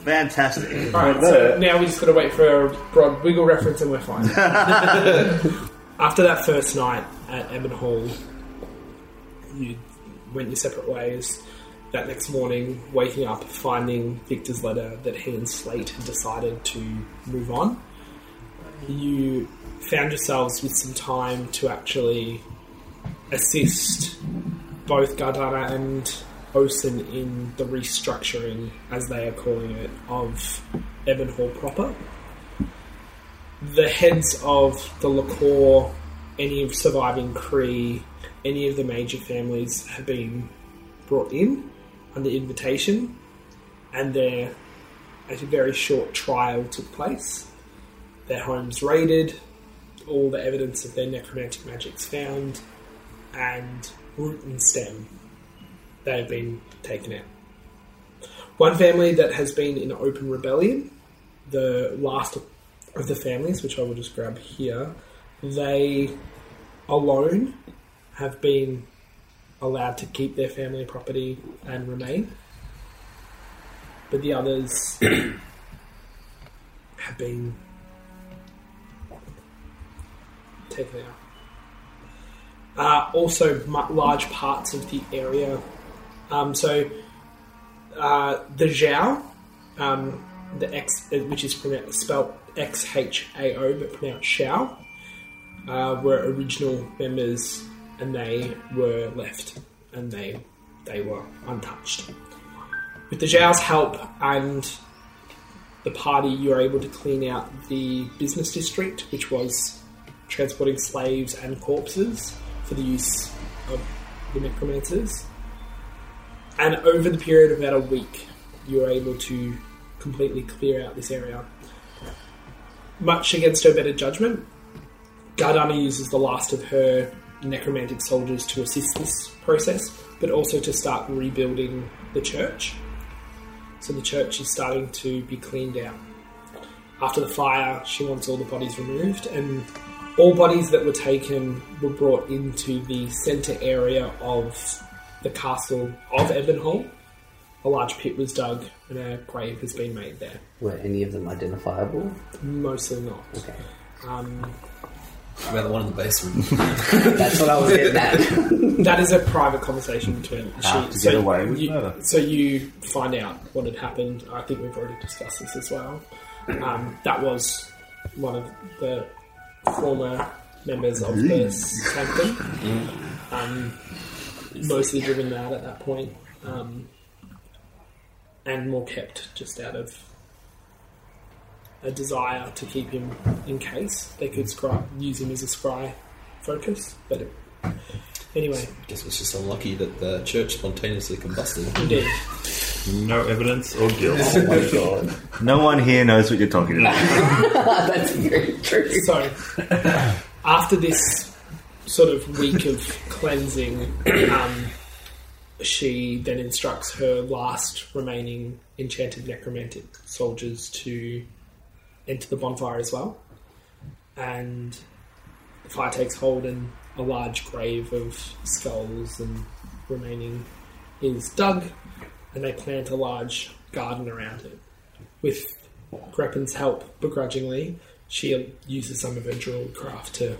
Fantastic. Alright, so now we just got to wait for a Rod Wiggle reference and we're fine. After that first night at Emmett Hall, you went your separate ways. That next morning, waking up, finding Victor's letter that he and Slate had decided to move on, you found yourselves with some time to actually assist both Gardana and Osen in the restructuring, as they are calling it, of Ebonhall proper. The heads of the Lacour, any of surviving Cree, any of the major families have been brought in under invitation, and their a very short trial took place. Their homes raided, all the evidence of their necromantic magics found, and root and stem they have been taken out. One family that has been in open rebellion, the last of the families, which I will just grab here, they alone have been allowed to keep their family property and remain. But the others have been taken out. Uh, also, mu- large parts of the area um, so uh, the Zhao, um, the X, uh, which is pronounced, spelled X H A O but pronounced Xiao, uh, were original members, and they were left, and they they were untouched. With the Zhao's help and the party, you were able to clean out the business district, which was transporting slaves and corpses for the use of the necromancers. And over the period of about a week, you were able to completely clear out this area. Much against her better judgment, Gardana uses the last of her necromantic soldiers to assist this process, but also to start rebuilding the church. So the church is starting to be cleaned out. After the fire, she wants all the bodies removed, and all bodies that were taken were brought into the centre area of the castle of Ebonhall. A large pit was dug, and a grave has been made there. Were any of them identifiable? Mostly not. Okay. Um, About the one in the basement. That's what I was getting at. that is a private conversation between she. Ah, to get away with you, murder. so you find out what had happened. I think we've already discussed this as well. Um, that was one of the former members of the sanctum. Um, mostly driven mad at that point, um, and more kept just out of a desire to keep him in case they could scry, use him as a scry focus. But it, anyway, Guess it was just unlucky that the church spontaneously combusted. Indeed. No evidence or guilt. Oh my god. No one here knows what you're talking about. That's very true. So, after this sort of week of cleansing, um, she then instructs her last remaining enchanted necromantic soldiers to enter the bonfire as well. And the fire takes hold, and a large grave of skulls and remaining is dug, and they plant a large garden around it. With Grepin's help, begrudgingly, she uses some of her jewelry craft to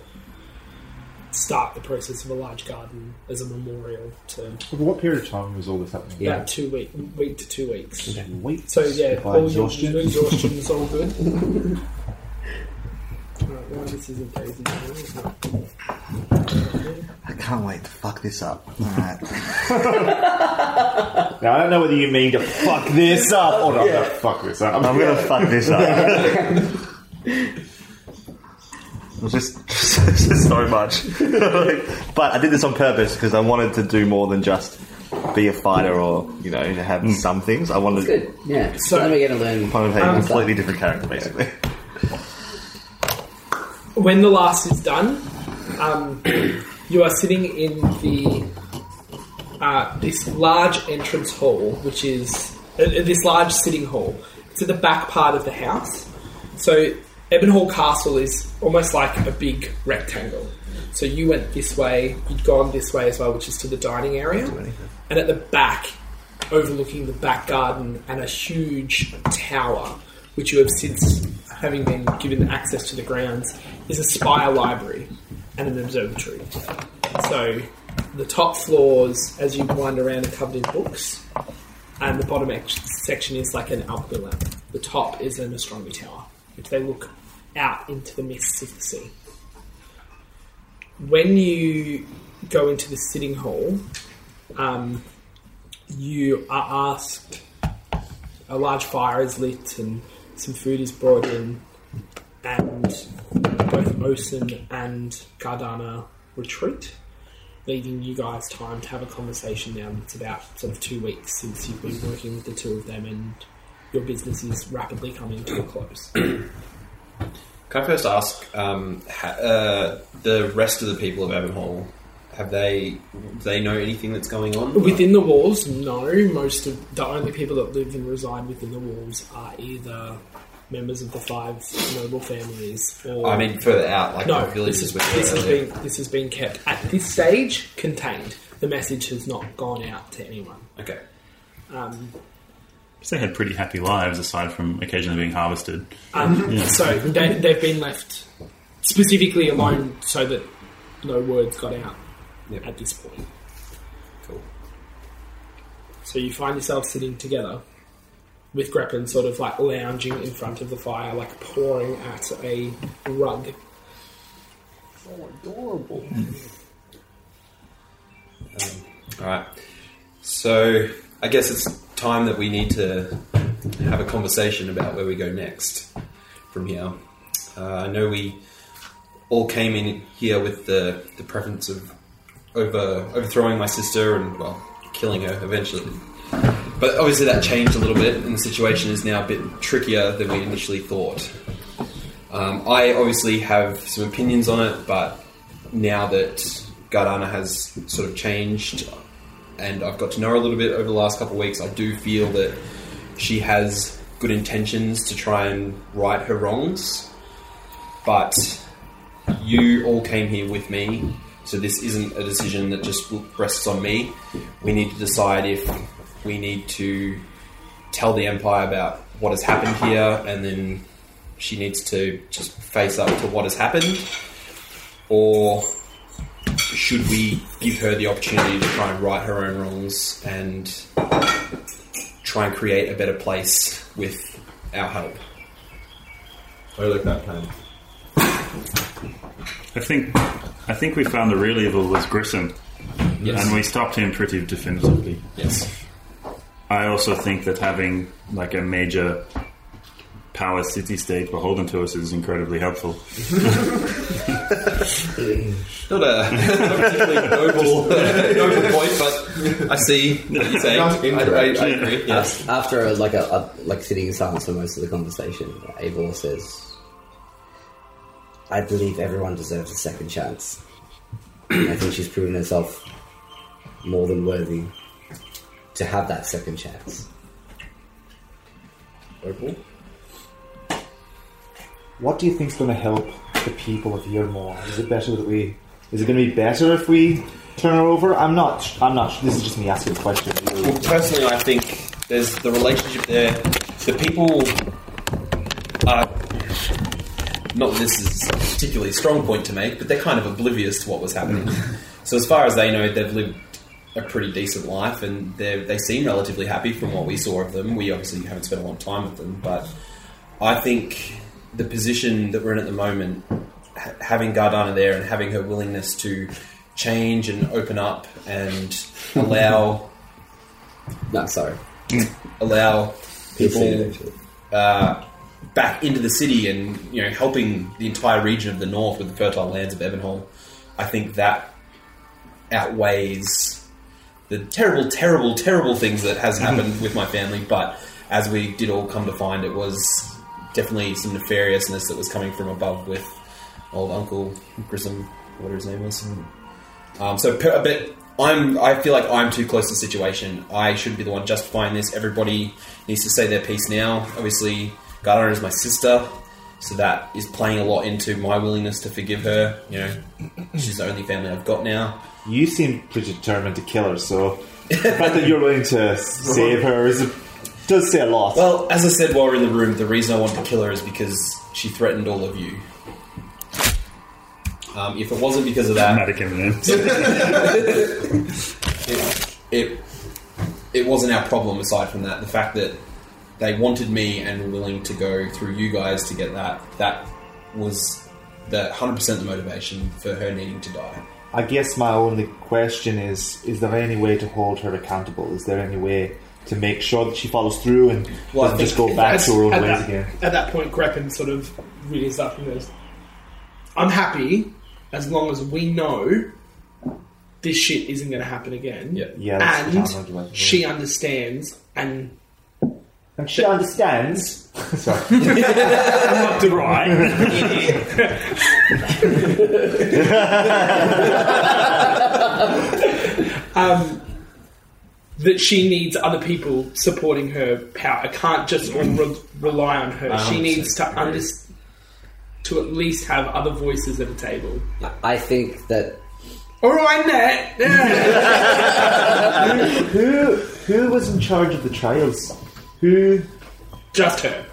start the process of a large garden as a memorial to Over what period of time was all this happening? Yeah. about two week, week to two weeks. Weeks. So yeah, By all exhaustion. your exhaustion is all good. Alright, well, this isn't Daisy Jones, is it? I can't wait to fuck this up. Alright. Now, I don't know whether you mean to fuck this up or not. to Fuck this up. I'm gonna fuck this up. It was just, just, so much. Like, but I did this on purpose because I wanted to do more than just be a fighter or, you know, to Hmm. have some things. I wanted Good. Yeah. So- So then we get to learn. I wanted to play a completely different character, basically. when the last is done, um, you are sitting in the uh, this large entrance hall, which is uh, uh, this large sitting hall. It's at the back part of the house. So Ebonhall Castle is almost like a big rectangle. So you went this way, you'd gone this way as well, which is to the dining area, and at the back overlooking the back garden and a huge tower, which you have since, having been given access to the grounds, is a spire library and an observatory. So the top floors, as you wind around, are covered in books, and the bottom ex- section is like an alchemy lab. The top is an astronomy tower, which they look out into the mists of the sea. When you go into the sitting hall, um, you are asked. A large fire is lit, and some food is brought in, and both Osen and Gardana retreat leaving you guys time to have a conversation now. It's about sort of two weeks since you've been working with the two of them, and your business is rapidly coming to a close. Can I first ask um, ha- uh, the rest of the people of Avonhall? Have they do they know anything that's going on? within the walls, no. Most of the only people that live and reside within the walls are either members of the five noble families or. I mean, further out, like no, the this, villages. is, where this, has they're- been, this has been kept at this stage contained. The message has not gone out to anyone. Okay. Um, They had pretty happy lives aside from occasionally being harvested. Um, So they, they've been left specifically alone so that no words got out Yep. at this point. Cool. So you find yourself sitting together with Greppin sort of like lounging in front of the fire, like pouring at a rug. All right. So I guess it's time that we need to have a conversation about where we go next from here. Uh, I know we all came in here with the, the preference of over overthrowing my sister and well killing her eventually. But obviously that changed a little bit, and the situation is now a bit trickier than we initially thought. Um, I obviously have some opinions on it, but now that Gardana has sort of changed and I've got to know her a little bit over the last couple of weeks, I do feel that she has good intentions to try and right her wrongs. But you all came here with me, so this isn't a decision that just rests on me. We need to decide if we need to tell the Empire about what has happened here and then she needs to just face up to what has happened, or should we give her the opportunity to try and right her own wrongs and try and create a better place with our help? I like that plan. I think I think we found the real evil was Grissom, Yes. and we stopped him pretty definitively. yes. I also think that having like a major power city state beholden to us is incredibly helpful. Not a not particularly noble, noble point, but I see what you're saying. I, I, I agree. Yes. After uh, like a, a like sitting in silence for most of the conversation, Eivor says, "I believe everyone deserves a second chance. I think she's proven herself more than worthy to have that second chance." What do you think's going to help the people of Yermore? Is it better that we? Is it going to be better if we turn her over? I'm not. I'm not. This is just me asking a question. Well, personally, I think there's the relationship there. The people are not that this is a particularly strong point to make, but they're kind of oblivious to what was happening. so, as far as they know, they've lived a pretty decent life, and they they seem relatively happy from what we saw of them. We obviously haven't spent a lot of time with them, but I think the position that we're in at the moment, ha- having Gardana there and having her willingness to change and open up and allow No, sorry. allow people It's- uh, back into the city and you know helping the entire region of the north with the fertile lands of Ebonholm, I think that outweighs the terrible, terrible, terrible things that has happened with my family. But as we did all come to find, it was definitely some nefariousness that was coming from above with old Uncle Grissom, whatever his name was. Um, so, per, but I'm. I feel like I'm too close to the situation. I should be the one justifying this. Everybody needs to say their piece now. Obviously, Gardner is my sister, so that is playing a lot into my willingness to forgive her. You know, she's the only family I've got now. You seem pretty determined to kill her, so The fact that you're willing to s- save her is does say a lot. Well, as I said while we're in the room, the reason I wanted to kill her is because she threatened all of you. Um, if it wasn't because of that, Medic evidence. it, it it wasn't our problem. Aside from that, the fact that they wanted me and were willing to go through you guys to get that that was the hundred percent the motivation for her needing to die. I guess my only question is: Is there any way to hold her accountable? Is there any way to make sure that she follows through and Well, I doesn't think just go back to her own at, ways that, again? at that point, Greppin sort of rears up and goes, I'm happy as long as we know this shit isn't going to happen again. Yeah. Yeah, that's what sounds like And it. she understands and And she understands. Sorry. right. that she needs other people supporting her power. I can't just re- rely on her. I She needs to agree. under- to at least have other voices at a table. I think that All right, Nat. Yeah. who who was in charge of the trials? Who? just her.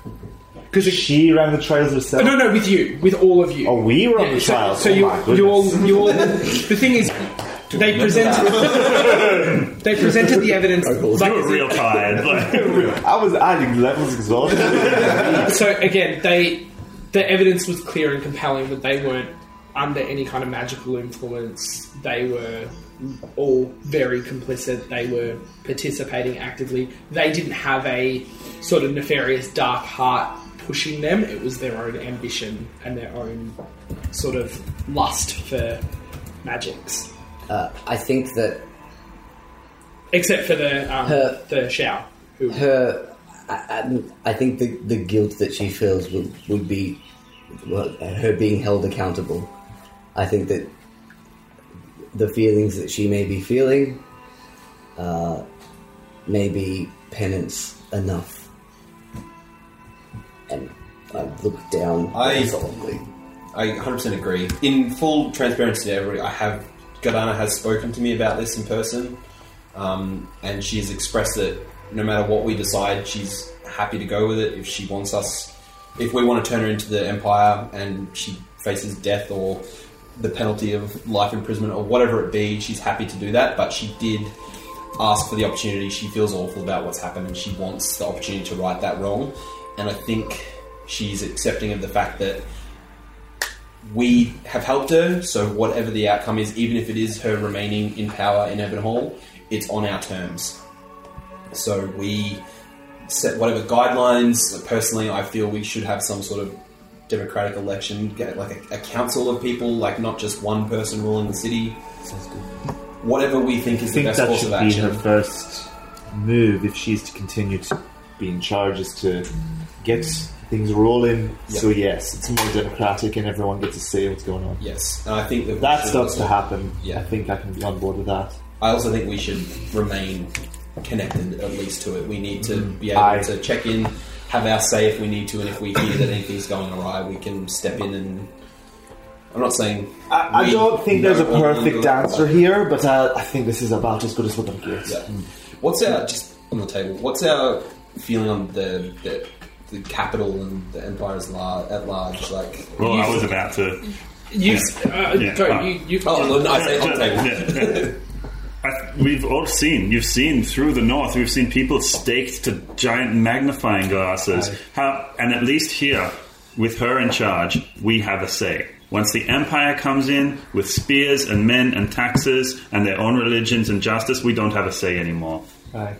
Because she ran the trials herself. No, no, with you, with all of you. Oh, we were on the so, trials. so Oh you, my goodness. you all, you all. The thing is, they presented, they presented the evidence. like- You were real tired. Like, I was adding levels exhausted. so again, they, the evidence was clear and compelling that they weren't under any kind of magical influence. They were all very complicit. They were participating actively. They didn't have a sort of nefarious dark heart pushing them. It was their own ambition and their own sort of lust for magics. uh, I think that Except for the um, Her- the shower. Who, her. I, I- I think the, the guilt that she feels would, would be well, her being held accountable. I think that the feelings that she may be feeling uh, may be penance enough. And I look down I- solemnly. I 100% agree. In full transparency to everybody, I have Gadana has spoken to me about this in person, um, and she has expressed that no matter what we decide, she's happy to go with it. If she wants us, if we want to turn her into the Empire, and she faces death or the penalty of life imprisonment or whatever it be, she's happy to do that. But she did ask for the opportunity. She feels awful about what's happened, and she wants the opportunity to right that wrong. And I think she's accepting of the fact that we have helped her, so whatever the outcome is, even if it is her remaining in power in Evan Hall, it's on our terms. So we set whatever guidelines. Personally, I feel we should have some sort of democratic election, get like a, a council of people, like not just one person ruling the city. Whatever we think I is the think best that course should of be her action. first move if she's to continue to be in charge, is to get things rolling. So yes, it's more democratic and everyone gets to say what's going on. Yes, and I think that we That should starts also- to happen. Yeah. I think I can be on board with that. I also think we should remain connected at least to it. We need to be able Aye. to check in, have our say if we need to, and if we hear that anything's going awry, we can step in and. I'm not saying. I, I we don't think there's a know what we'll perfect do. answer here, but uh, I think this is about as good as what I'm Yeah. getting. What's our just on the table? What's our feeling on the the, the capital and the empire is lar- at large? Like, well, I was about to. you, uh, Yeah. go, Oh. you, you, oh, no, no, I say on the table. Yeah, yeah. I- We've all seen, you've seen through the north, we've seen people staked to giant magnifying glasses. How, and at least here, with her in charge, we have a say. Once the empire comes in with spears and men and taxes and their own religions and justice, we don't have a say anymore. Aye.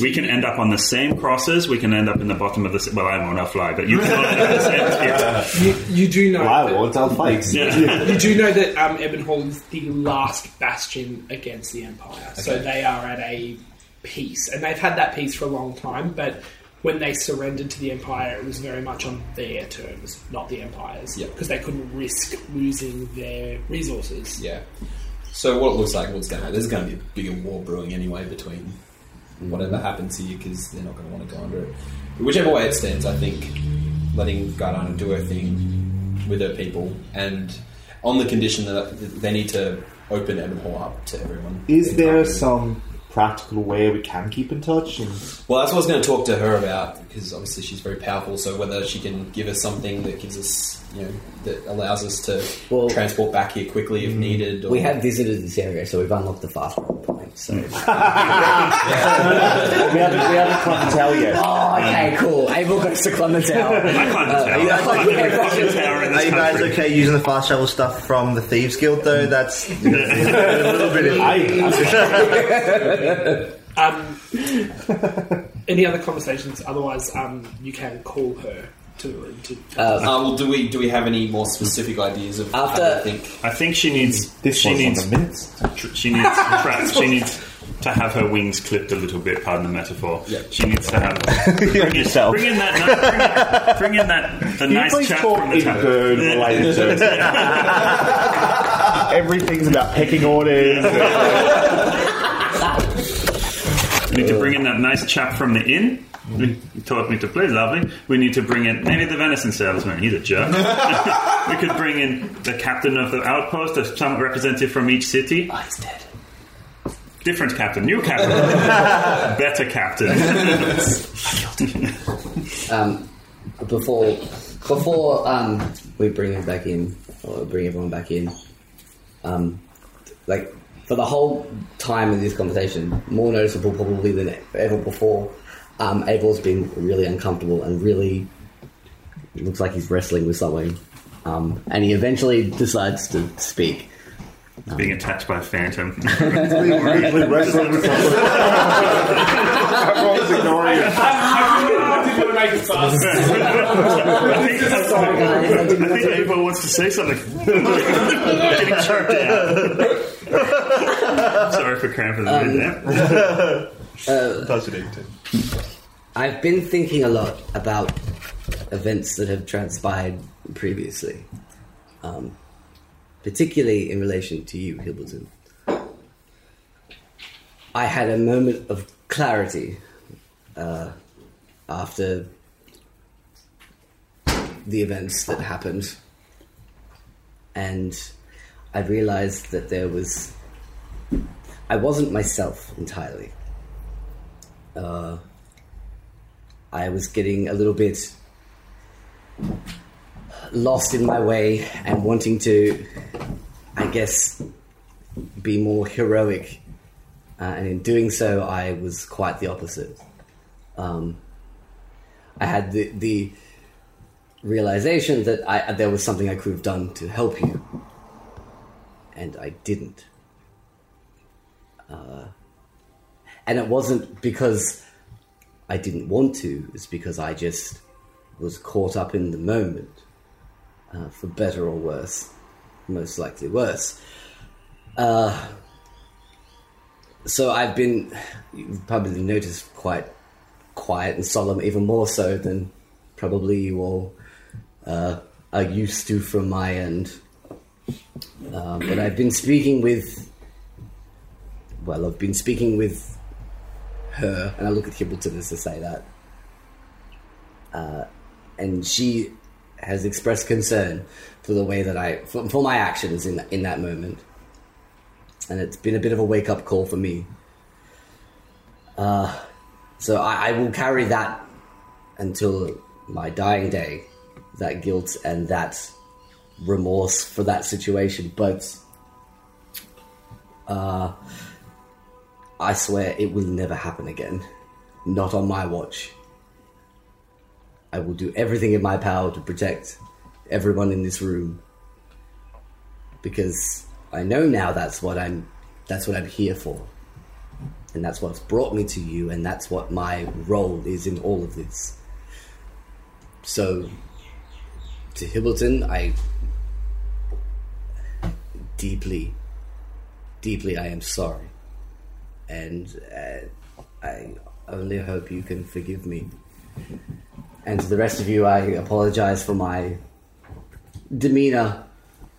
We can end up on the same crosses. We can end up in the bottom of the. s- Well, I won't. I'll fly, but you can all end up in the same tier. you, you do know. Well, that- I won't. I'll fight. Yeah. You do know that um, Ebonhall is the last bastion against the Empire, so they are at a peace, and they've had that peace for a long time. But when they surrendered to the Empire, it was very much on their terms, not the Empire's, Yeah. because they couldn't risk losing their resources. Yeah. So what it looks like, what's going to there's going to be a bigger war brewing anyway between whatever Mm. happens here because they're not going to want to go under it. But whichever way it stands, I think letting Gardana do her thing with her people and on the condition that they need to open Ebon Hall up to everyone. Is there some practical way we can keep in touch. And Well, that's what I was going to talk to her about because obviously she's very powerful. So whether she can give us something that gives us, you know, that allows us to Well- mm, transport back here quickly if needed. Or, We have visited this area, so we've unlocked the fast travel point. So, we haven't we haven't come to tell yet. oh, okay, cool. Abel goes to Clemens I can't tell. you guys I'm okay? the only fucking tower in Are this you guys country. okay using the fast travel stuff from the Thieves Guild though? That's a little bit. I, I- Um, Um, any other conversations? Otherwise, um, you can call her to. to Uh, well, do we do we have any more specific ideas of After- how to think? I think she needs. this she was on needs. the minutes. tr- She needs. Trap. She needs to have her wings clipped a little bit. Pardon the metaphor. Yeah. She needs to have. Bring in, yourself. Bring in that. Bring in that. The Can nice you please chat talk from the in tower. bird related terms? Everything's about pecking orders. We uh, need to bring in that nice chap from the inn. Mm-hmm. He taught me to play lovely. We need to bring in maybe the venison salesman. He's a jerk. we could bring in the captain of the outpost, a some representative from each city. Ah, he's dead. Different captain, new captain, better captain. um, before before um, we bring him back in or bring everyone back in. Um, like for the whole time of this conversation, more noticeable probably than ever before. Um, Abel's been really uncomfortable and really looks like he's wrestling with something. Um, and he eventually decides to speak. Being attacked by a phantom. wrestling with someone. Everyone's ignoring it. I didn't want to make it fast. I think, Sorry, guys, I I didn't- think Abel wants to say something. Getting choked out. Sorry for cramping the um, there. I've been thinking a lot about events that have transpired previously, um, particularly in relation to you, Hilberton. I had a moment of clarity uh, after the events that happened, and I realized that there was. I wasn't myself entirely. I was getting a little bit lost in my way and wanting to, I guess, be more heroic. Uh, and in doing so, I was quite the opposite. Um, I had the, the realization that I, there was something I could have done to help you, and I didn't. Uh, and it wasn't because I didn't want to is because I just was caught up in the moment, uh, for better or worse, most likely worse. Uh, so I've been, you've probably noticed, quite quiet and solemn, even more so than probably you all uh, are used to from my end. Uh, but I've been speaking with, well, I've been speaking with her, and I look at Hibbleton as to say that. Uh, and she has expressed concern for the way that I, for, for my actions in in that moment. And it's been a bit of a wake up call for me. Uh, so I, I will carry that until my dying day, that guilt and that remorse for that situation. But I swear it will never happen again. Not on my watch. I will do everything in my power to protect everyone in this room. Because I know now that's what I'm that's what I'm here for. And that's what's brought me to you and that's what my role is in all of this. So to Hibbleton I deeply deeply I am sorry and uh, I only hope you can forgive me. And to the rest of you, I apologize for my demeanor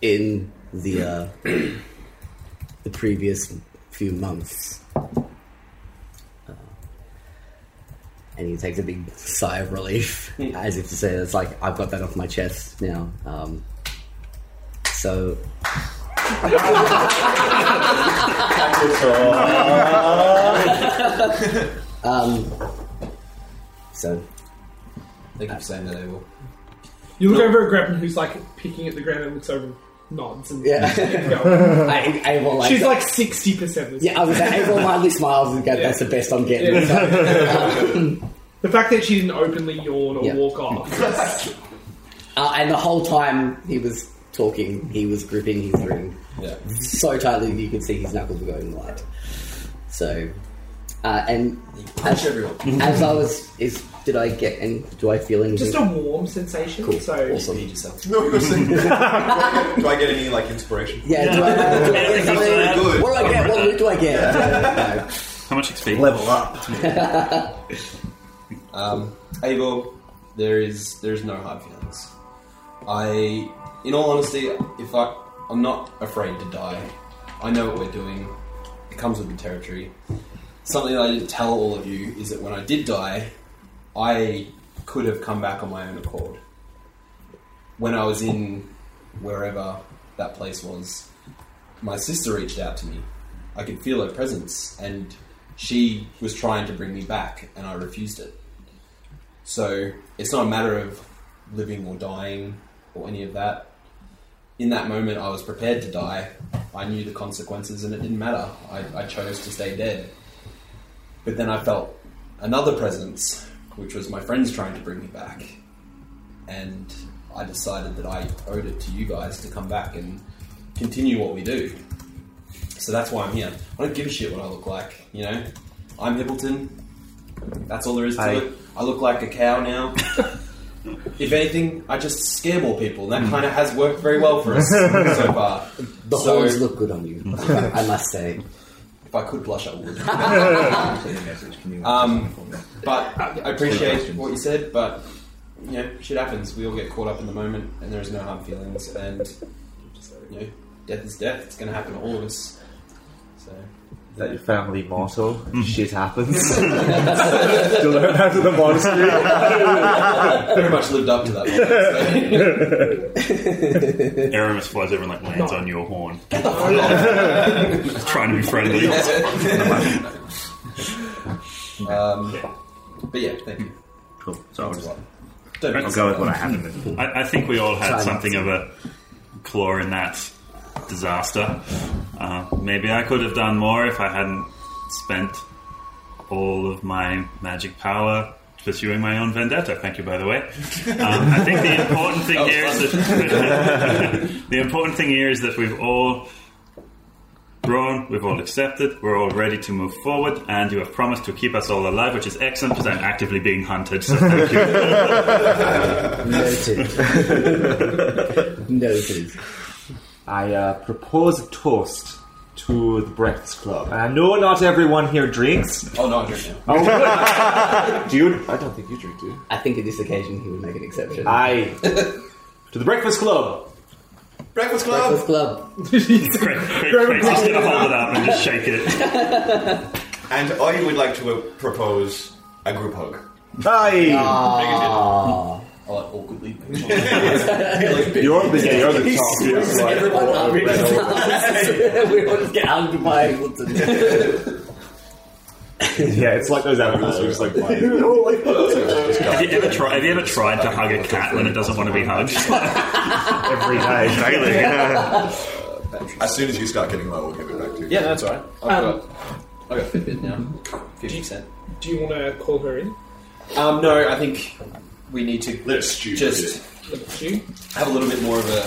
in the uh, the previous few months. Uh, and he takes a big sigh of relief, as if to say, "It's like I've got that off my chest now." Um, so Um, so They keep saying that they will. You look over at Gremlin, who's like picking at the ground and looks over, and nods, and yeah, I, I will like. she's like sixty percent. yeah, I was like, everyone mildly smiles and goes, "That's the best I'm getting." Yeah. The fact that she didn't openly yawn or Yeah. walk off. Uh, and the whole time he was talking, he was gripping his ring Yeah. so tightly that you could see his knuckles were going white. So, uh, and Punch everyone. as I was, is did I get and do I feel anything? Just a warm sensation. Cool. So awesome. Need yourself. No, you're saying. do, I, do I get any like inspiration? Yeah, do I, do I get Very something? good. What do I get? What loot do I get? No. How much XP? Level up. Um, Abel, there is there is no hard feelings. I, in all honesty, if I I'm not afraid to die. I know what we're doing. It comes with the territory. Something that I didn't tell all of you is that when I did die, I could have come back on my own accord. When I was in wherever that place was, my sister reached out to me. I could feel her presence, and she was trying to bring me back, and I refused it. So it's not a matter of living or dying or any of that. In that moment, I was prepared to die. I knew the consequences, and it didn't matter. I, I chose to stay dead. But then I felt another presence, which was my friends trying to bring me back. And I decided that I owed it to you guys to come back and continue what we do. So that's why I'm here. I don't give a shit what I look like, you know? I'm Hippleton. That's all there is to Hey. it. I look like a cow now. if anything, I just scare more people, and that kind of has worked very well for us so far. The So- horns look good on you, I must say. If I could blush, I would. Message, can you- Um, But I appreciate what you said, but you know, shit happens. We all get caught up in the moment, and there is no hard feelings. And you know, death is death. It's going to happen to all of us. So Is that your family motto? Shit happens. to learn out of the monastery. pretty much lived up to that. Moment, so. Aramis flies over and like lands No. on your horn. Just trying to be friendly. um, but yeah, thank you. Cool. So I'll, just, Don't I'll go with what I have in the I, I think we all had something of a claw in that disaster. Uh, maybe I could have done more if I hadn't spent all of my magic power pursuing my own vendetta. Thank you, by the way. Um, I think the important thing here is that the important thing here is that we've all grown, we've all accepted, we're all ready to move forward, and you have promised to keep us all alive, which is excellent because I'm actively being hunted. So thank you. Noted. Noted. I uh, propose a toast to the Breakfast Club. And I know not everyone here drinks. Oh no, I drink now. Do you? I don't think you drink, do you? I think at this occasion he would make an exception. I. to the Breakfast Club. Breakfast Breakfast Club. Club. Great, great, great. Just gonna hold it up and just shake it. And I would like to uh, propose a group hug. Aye. I Oh, like awkwardly. You're the yeah, you're the top. You're like- Everyone up in his arms. We all just get hugged by Hamilton. yeah, it's like those animals. You're just like, why? Have you ever tried? Have you ever tried to hug a cat when it doesn't want to be hugged? Every day. As soon as you start getting low, I'll give it back to you. Yeah, no, that's alright. I've Um, got I got Fitbit now. Fifty percent. do you want to call her in? Um, no, I think we need to That's stupid. just Look at you. have a little bit more of a.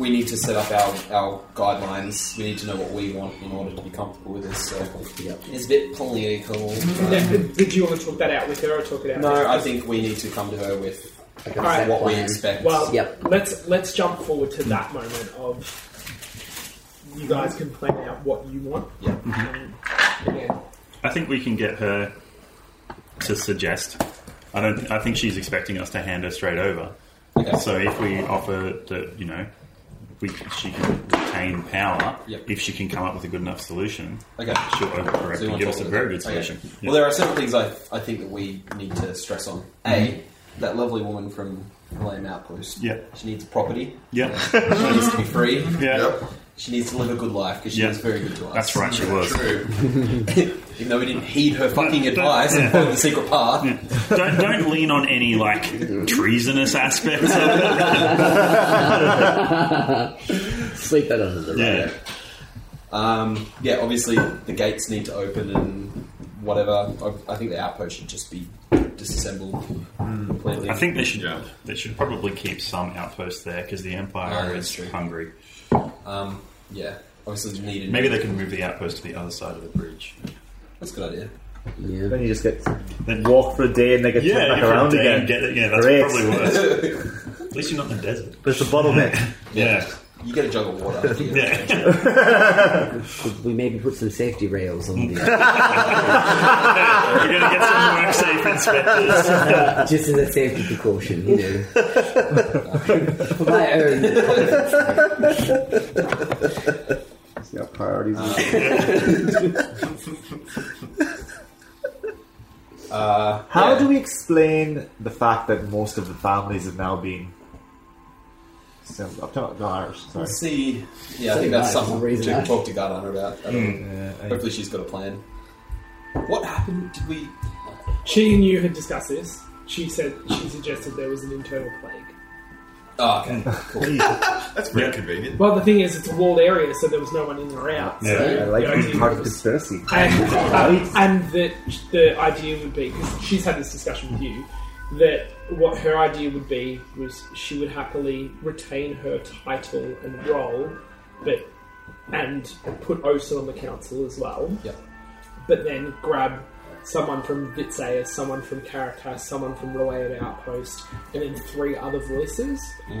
We need to set up our, our guidelines. We need to know what we want in order to be comfortable with this. So it's a bit political. Yeah, did, did you want to talk that out with her or talk it out? No, I think we need to come to her with Alright. what we expect. Well, Yep. let's let's jump forward to that moment of you guys can plan out what you want. Yeah. Mm-hmm. And again, I think we can get her to suggest. I don't. I think she's expecting us to hand her straight over. Okay. So if we offer that, you know, we she can retain power Yep. if she can come up with a good enough solution. Okay. She'll overcorrect So you and want to give us a talk very good about it? solution. Okay. Yeah. Well, there are several things I, I think that we need to stress on. A, that lovely woman from Millennium Outpost. Mm-hmm. Yeah. She needs property. yeah. She needs to be free. Yeah. Yep. She needs to live a good life because she Yeah. was very good to us. That's right, she was. True. Even though we didn't heed her fucking But- but- advice and yeah. follow the secret path. don't don't lean on any like treasonous aspects of it. Sleep that under the rug. Yeah. Um, yeah, obviously the gates need to open and whatever. I, I think the outpost should just be disassembled completely. Hmm. I think they should Yeah. they should probably keep some outposts there because the empire Oh, that's is true. hungry. Um, yeah, obviously they needed. Maybe they can move the outpost to the other side of the bridge. that's a good idea. Yeah. Then you just get then walk for a day and they get turned back you around can again. Get it. Yeah, that's Great. probably worse. At least you're not in the desert. But it's a bottleneck. Yeah, You get a jug of water. you get yeah. Could we maybe put some safety rails on the We're gonna get some work safe inspectors. just as a safety precaution, you know. For my own Yeah, priorities. Uh, How Uh, Yeah. do we explain the fact that most of the families have now been? So, I'm talking about Irish. Sorry. Let's see. Yeah, I So think that's nice, something the reason to that- talk to Gardan about. Hmm. I don't Uh, know. I- Hopefully, she's got a plan. What happened? Did we? She and you had discussed this. She said she suggested there was an internal plague. Oh, okay. Hmm. Cool. That's pretty Yeah. convenient. Well, the thing is, it's a walled area, so there was no one in or out. So Yeah. I like the being idea part of the was- conspiracy. and, uh, and that the idea would be because she's had this discussion with you that what her idea would be was she would happily retain her title and role, but and put Osa on the council as well. Yep. But then grab someone from Vitsay, someone from Caracas, someone from Related Outpost, and then three other voices,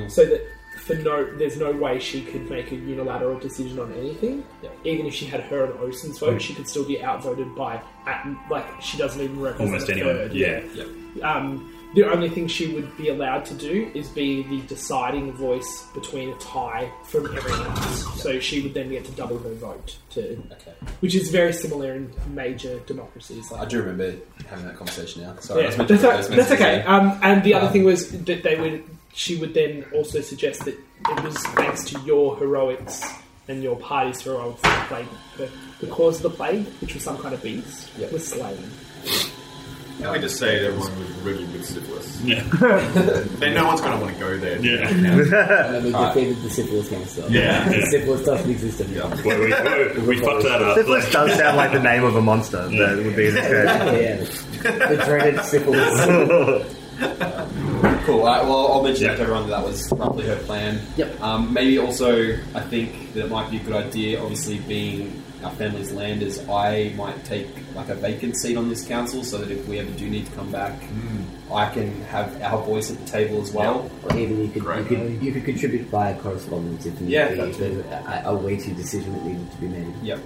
so that for no, there's no way she could make a unilateral decision on anything. Yep. Even if she had her and Osen's vote, she could still be outvoted by at, like she doesn't even represent Almost a anyone. third. Yeah. Yep. Um, the only thing she would be allowed to do is be the deciding voice between a tie from everyone else. So she would then get to double her vote to, Okay. which is very similar in major democracies. I Like, do remember having that conversation now. Sorry, I yeah, was that's, meant to read those that's messages okay. there. Um, and the other Um, thing was that they would. She would then also suggest that it was thanks to your heroics and your party's heroics that the plague, the, the cause of the plague, which was some kind of beast, Yeah. was slain. Can we just say that everyone was riddled with syphilis? Yeah. Then no one's going to want to go there. Yeah. and then we Alright. defeated the syphilis gangster. Yeah. The syphilis doesn't exist anymore. Yeah. Well, we, we, we fucked that up. Syphilis does sound like the name of a monster. That would be the Yeah. The dreaded syphilis. Cool. All right, well, I'll mention Yeah. that to everyone that that was roughly her plan. Yep. Um, maybe also, I think that it might be a good idea. Obviously, being our family's land, is I might take like a vacant seat on this council, so that if we ever do need to come back, I can have our voice at the table as well. Or even you could, Right. you could you could contribute via correspondence if need Yeah, be. that's There's a, a way to decision that needed to be made. Yep. I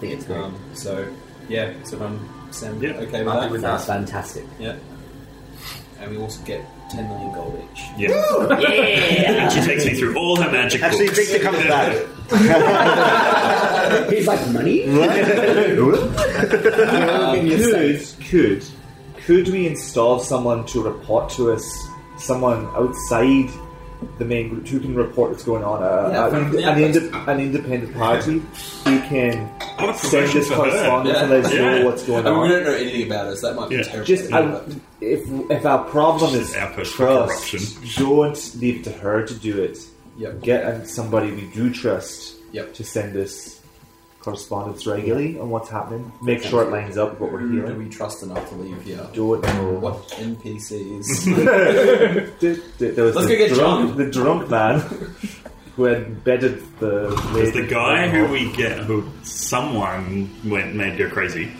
think it's great. Um, so, yeah. So, everyone, Sam, Yeah. okay with Happy that? with That's fantastic. yeah. And we also get ten million gold each. Yeah. yeah. She takes me through all her magic Actually, books. Victor comes back. He's like money. could, could, could we install someone to report to us? Someone outside the main group who can report what's going on? Uh, Yeah, uh, from the an, inde- an independent party who can What a send promotion us for her. correspondence and let us Yeah. know what's going I mean, Um, we on. don't know anything about us. That might be Yeah. terrible. Just I, if if our problem is an outpost for trust, corruption. don't leave to her to do it. Yep. Get uh, somebody we do trust Yep. to send us correspondence regularly on what's happening. Make sure it lines up with what we're Who do hearing. we trust enough to leave here? Don't know. Mm. What NPCs? Th- th- There was Let's the go get drunk, John. the drunk man who had bedded the There's lady the guy who down. we get, who someone went made go crazy.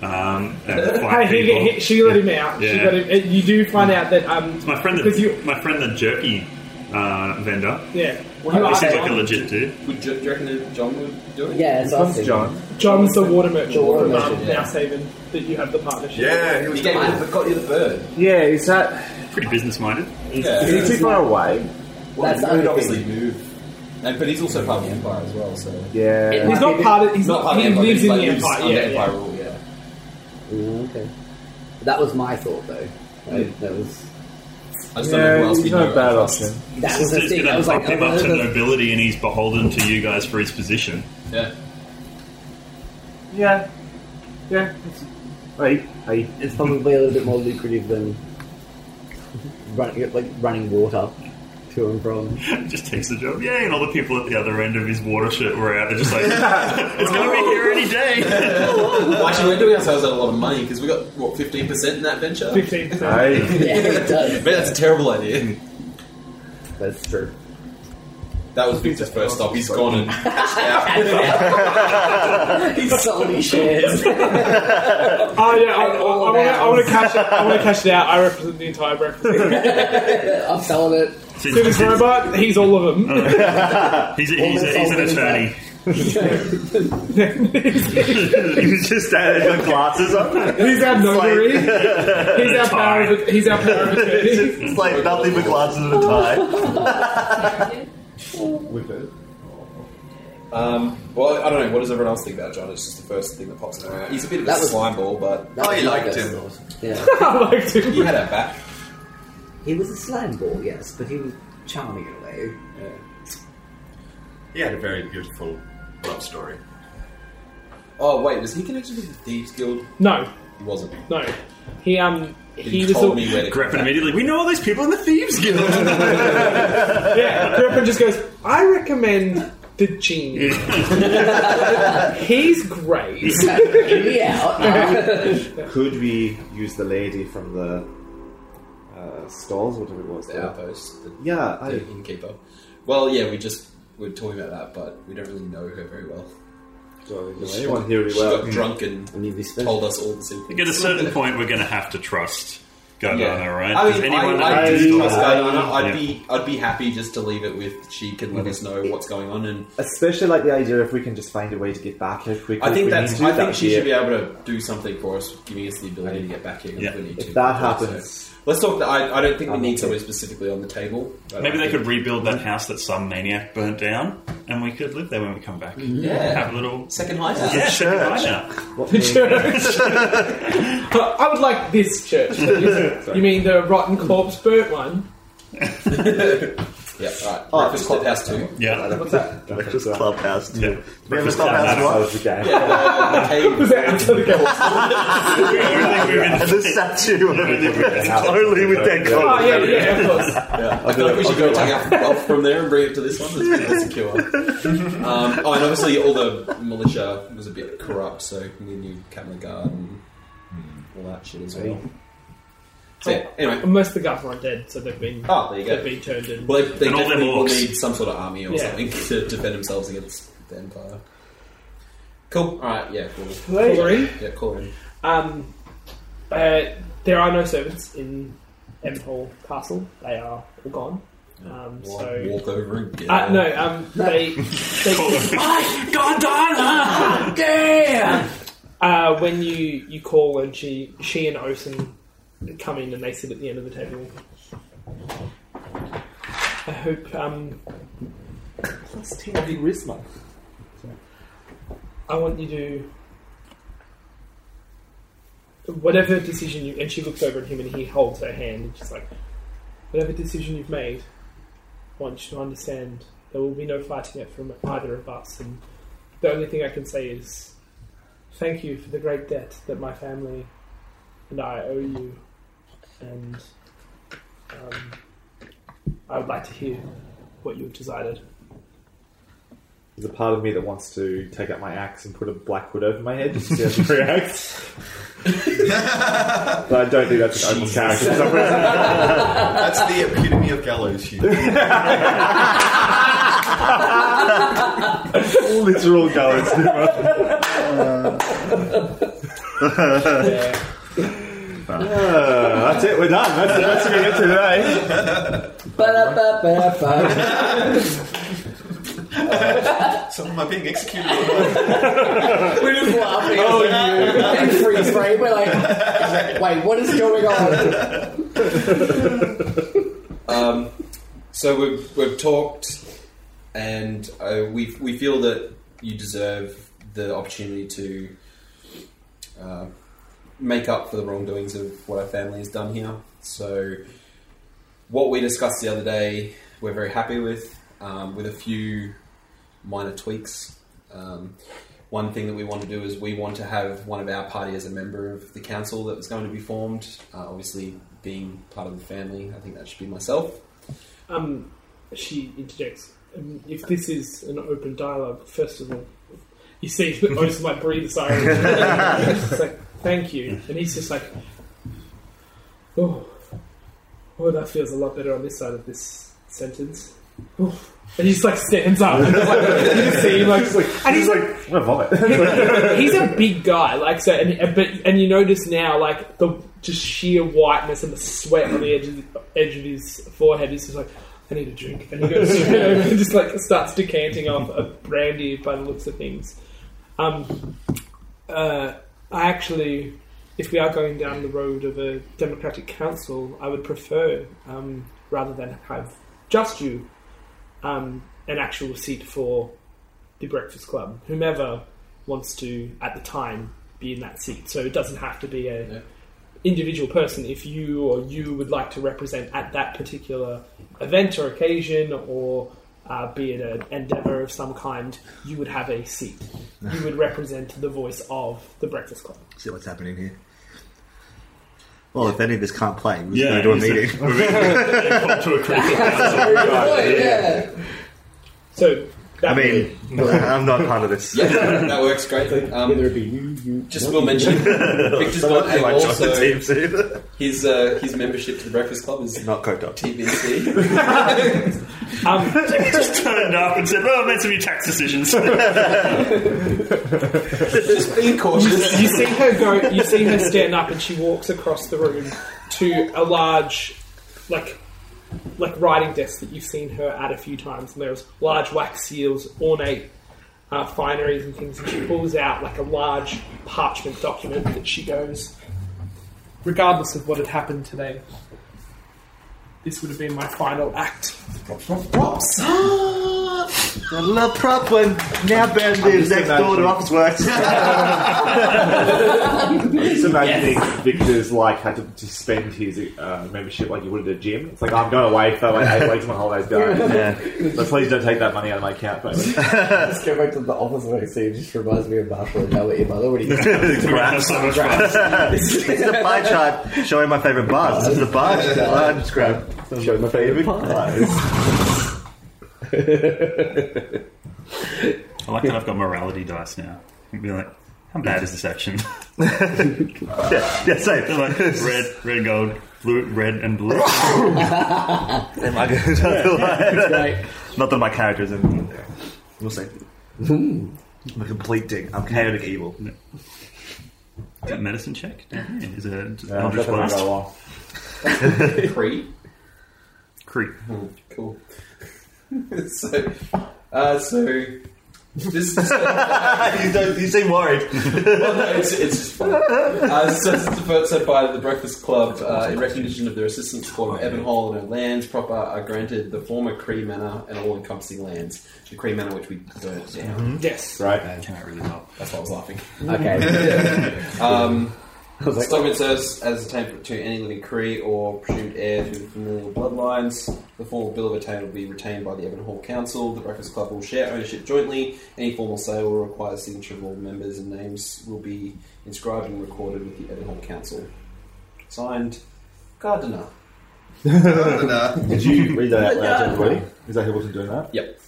Um, and Hey, five he, people. he, she let him out. She Yeah. Hmm. let him, uh, you do find out that um, my friend, because the, you my friend, the jerky uh, vendor. yeah. You you He are- seems like a legit dude. would do you reckon that John would do it? Yeah, it's Here comes awesome. John. John's the water merchant The water from um, merchant, yeah. Mouse Haven that you have the partnership. Yeah, he was He gave fine. you the, got you the bird. Yeah, is that Pretty business minded. Yeah. is he too far away? Well, That's he the would other obviously move. And, but he's also part of the Empire as well, so. Yeah. He's not part of. He's not. part of he the Empire, lives he's in like the lives empire. under Yeah, Empire yeah. rule, yeah. Mm, okay. That was my thought, though. Like, That was I just don't know who else we know. of. That was the It's thing. I gonna was bump like, him up to oh, nobility, and he's beholden to you guys for his position. Yeah. Yeah. Yeah. It's, I, I, it's probably a little bit more lucrative than running, like running water to and from. He just takes the job. Yay! And all the people at the other end of his water shit were out. They're just like, it's going to be here any day. Well, actually, we're doing ourselves out a lot of money because we got what fifteen percent in that venture. Maybe Fifteen. I, Yeah, it does. that's a terrible idea. That's true. That was Victor's first stop. He's gone and cashed out. He's sold his shares. Oh yeah, I, I, I, all want to. I rounds. want to cash. it- I want to cash it out. I represent the entire breakfast. I'm selling it. Since- Dennis since- Robot. He's all of them. he's, a- he's, a- he's an attorney. He's just standing with glasses on. He's our notary. He's our power. Of, he's our power of attorney. It's like nothing but glasses and a tie. Um, well, I don't know. What does everyone else think about John? It's just the first thing that pops in their mind. He's a bit of a That was- slime ball, but That I was liked my best him. thought. Yeah, I liked him. he had a back. he was a slime ball, yes, but he was charming in a way. Yeah. He had a very beautiful love story. Oh wait, was he connected with the Thieves Guild? No, He wasn't. no. He um. He, He was told the, me where to Greppin contact- immediately, we know all these people in the Thieves Guild. yeah. Griffin just goes. I recommend the gene. He's great. yeah, could we use the lady from the uh, stalls, whatever it was? the the- outpost, the, Yeah, the I, innkeeper. Well, yeah, we just we we're talking about that, but we don't really know her very well. don't know She anyone got- here really she well. got drunk and I mean, we spent. told us all the secrets. At a certain point, we're going to have to trust Gardana, Yeah. right? I Does mean, I, anyone- I, do trust Gardana. I'd Yeah. be, I'd be happy just to leave it with she can let us know what's going on, and Especially like the idea if we can just find a way to get back here quickly. I if think we that's, need to, I that think would she should it. be able to do something for us, giving us the ability to get back here if Yeah. we need to. If that So, happens, let's talk. I, I don't think we I'm need okay. something specifically on the table. but Maybe I they think- could rebuild that house that some maniac burnt down, and we could live there when we come back. Mm-hmm. yeah, Have a little. second hideout. Yeah, second church. lineup. what The name- church. I would like this church. please. you mean the rotten corpse burnt one? Yeah, right. Oh, Breakfast Club House too. Yeah. What's that? Breakfast clubhouse. Yeah. Too. We have a Breakfast clubhouse clubhouse. one. How's the game? Yeah, Was okay. that outside the corpse? And the statue of it. Only with dead clothes. Oh yeah, yeah, of course. Yeah. I feel like we should go take our wealth from there and bring it to this one. It's a bit more secure. Um, oh, and obviously all the militia was a bit corrupt, so we knew Captain Guard and all that shit as well. So yeah, anyway. Most of the guys aren't dead, so they've been Oh, there you they've go. been turned in. Well, they, they And all them definitely will orcs. need some sort of army or Yeah. something to defend themselves against the Empire. Cool. All right. Yeah. Cool. Glory. Yeah. Cool. in. Um, uh, there are no servants in Hall Castle. They are all gone. Um, Walk, so walk over and get. uh, it. no, um, they. they Gardana! Damn. Uh, when you you call and she she and Osen come in and they sit at the end of the table. I hope um, Plus ten of charisma. I want you to whatever decision you and she looks over at him and he holds her hand and she's like whatever decision you've made I want you to understand there will be no fighting it from either of us and the only thing I can say is thank you for the great debt that my family and I owe you and um, I would like to hear what you've decided There's a part of me that wants to take out my axe and put a black hood over my head just to see how she reacts. but I don't think that's an open character. for some reason. That's the epitome of gallows humor. Literal gallows humor. Uh, that's it. We're done. That's the best we get today. Ba-da-ba-ba-ba. Some of my being executed. Well, We're just laughing. Oh, you. In freeze frame. We're like, wait, what is going on? Um, so we've, we've talked, and uh, we we feel that you deserve the opportunity to uh, make up for the wrongdoings of what our family has done here. So what we discussed the other day, we're very happy with, um, with a few minor tweaks. Um, one thing that we want to do is we want to have one of our party as a member of the council that was going to be formed. Uh, obviously, being part of the family, I think that should be myself. Um, she interjects. Um, if this is an open dialogue, first of all, you see that most of my breathers are. It's like, thank you, and he's just like, oh, oh, that feels a lot better on this side of this sentence. Oh. And he just like stands up, and just, like, you see, like, and he's like, I'm gonna vomit. he's a big guy, like so, and and- but and you notice now, like the just sheer whiteness and the sweat on the edge of, edge of his forehead. He's just like, I need a drink, and he goes straight over and just like starts decanting off a brandy by the looks of things. Um, uh, I actually, if we are going down the road of a democratic council, I would prefer um, rather than have just you um, an actual seat for the Breakfast Club, whomever wants to at the time be in that seat. So it doesn't have to be a Yeah. individual person. If you or you would like to represent at that particular event or occasion, or uh, be it an endeavor of some kind, you would have a seat. You would represent the voice of the Breakfast Club. See what's happening here. Well, if any of us can't play, we Yeah, yeah, do a he's a- meeting. Come to a critical council. yeah. So I that mean, I'm not part of this. Yeah, that works great. Um, it be you, you. just will mention, Victor's Someone got who a might join the also team soon. his uh, his membership to the Breakfast Club is Not coked up. TBC. um, Just turned up and said, "Well, I made some new tax decisions." yeah, Just being you, cautious. you see her go. You see her stand up, and she walks across the room to a large, like, like writing desk that you've seen her at a few times. And there's large wax seals, ornate uh, fineries, and things. And she pulls out like a large parchment document that she goes. Regardless of what had happened today, this would have been my final act. I love prop when now Ben lives next door to Office Works. Just imagining Victor's like had to, to spend his uh, membership like you would at a gym. It's like I'm going away for like eight weeks. My holiday's done. But please don't take that money out of my account. baby. Let's go back to the office where I say it just reminds me of Marshall and Albert. Mother, what do you think? have so much fun. This is a pie chart showing my favourite bars. This is a bar chart. I just grab Showing my favourite I like that I've got morality dice now. I'd be like, "How bad is this action?" Yeah, yeah, They're same. like red, red, gold, blue, red, and blue. Am I good? Right. Not that my character is in. We'll see. I'm a complete dick. I'm chaotic evil. Is that medicine check? Down here? Is it I'm Eldritch definitely Blast? gonna go along. Cree. Creep. Cool. so, uh, so this. this you, don't, you seem worried. no, it's, it's just fun. Uh, so, it's the first set by the Breakfast Club, uh, in recognition of their assistance for Evan Hall and her lands proper, are granted the former Cree Manor and all encompassing lands. The Cree Manor, which we burnt down. Mm-hmm. Yes. Right. Cannot really help. That's why I was laughing. Okay. Um, I was like, Stockman serves as attainment to any living Cree or presumed heir through familial bloodlines. The formal bill of attainment will be retained by the Evan Hall Council. The Breakfast Club will share ownership jointly. Any formal sale will require signature of all members, and names will be inscribed and recorded with the Evan Hall Council. Signed, Gardiner. Did you read that out loud to everybody? Is that Hilton doing that? Yep.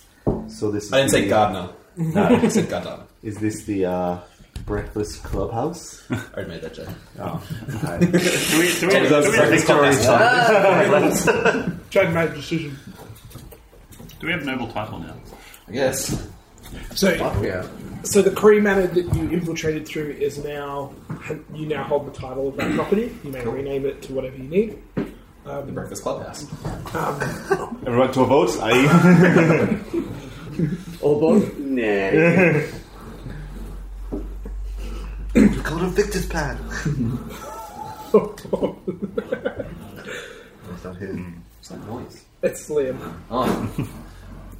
So this. Is I didn't say the- Gardner. No, I said Gardiner. Is this the uh, breakfast clubhouse? I already made that joke. Oh, okay. Do we, do we, do we, have, Breakfast Club has- Jade made a decision. do we have noble title now? I guess. So yeah. So the Cree manor that you infiltrated through is now you now hold the title of that property. You may rename it to whatever you need. The Breakfast Clubhouse. Everyone to a vote. I All both? Nah. We called him Victor's Pad. That's not his. What's that noise? It's Liam. Oh.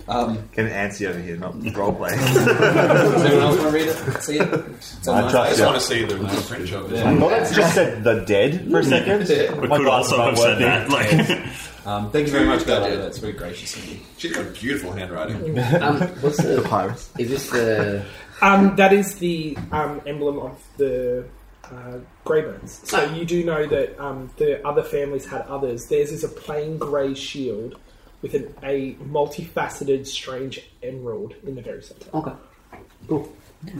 um, Get an antsy over here, not roleplay. does anyone else want to read it? See it? It's on I my trust face. you. to see the print job. thought it just said the dead for a second. Yeah. We My could glasses also have aren't said working. that. Like, Um, thank you very much, Bella. That's very gracious of you. She's got beautiful handwriting. Um, what's the? Papyrus. Is this the? Um, that is the um, emblem of the uh, Greyburns. So Ah. you do know that um, the other families had others. Theirs is a plain grey shield with an, a multifaceted, strange emerald in the very centre. Okay. Cool.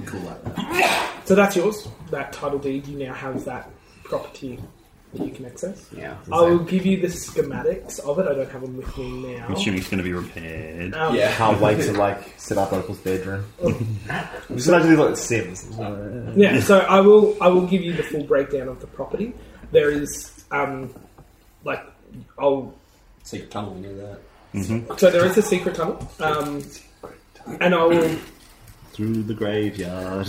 Cool like that. So that's yours. That title deed. You now have that property that you can access. Yeah. I will give you the schematics of it. I don't have them with me now. I'm assuming it's going to be repaired. Um, Yeah. Can't wait to like set up Opal's bedroom. Just imagine these like Sims. Yeah, so I will I will give you the full breakdown of the property. There is um like I'll Secret tunnel, we knew that. so there is a secret tunnel. Um and I will Through the graveyard.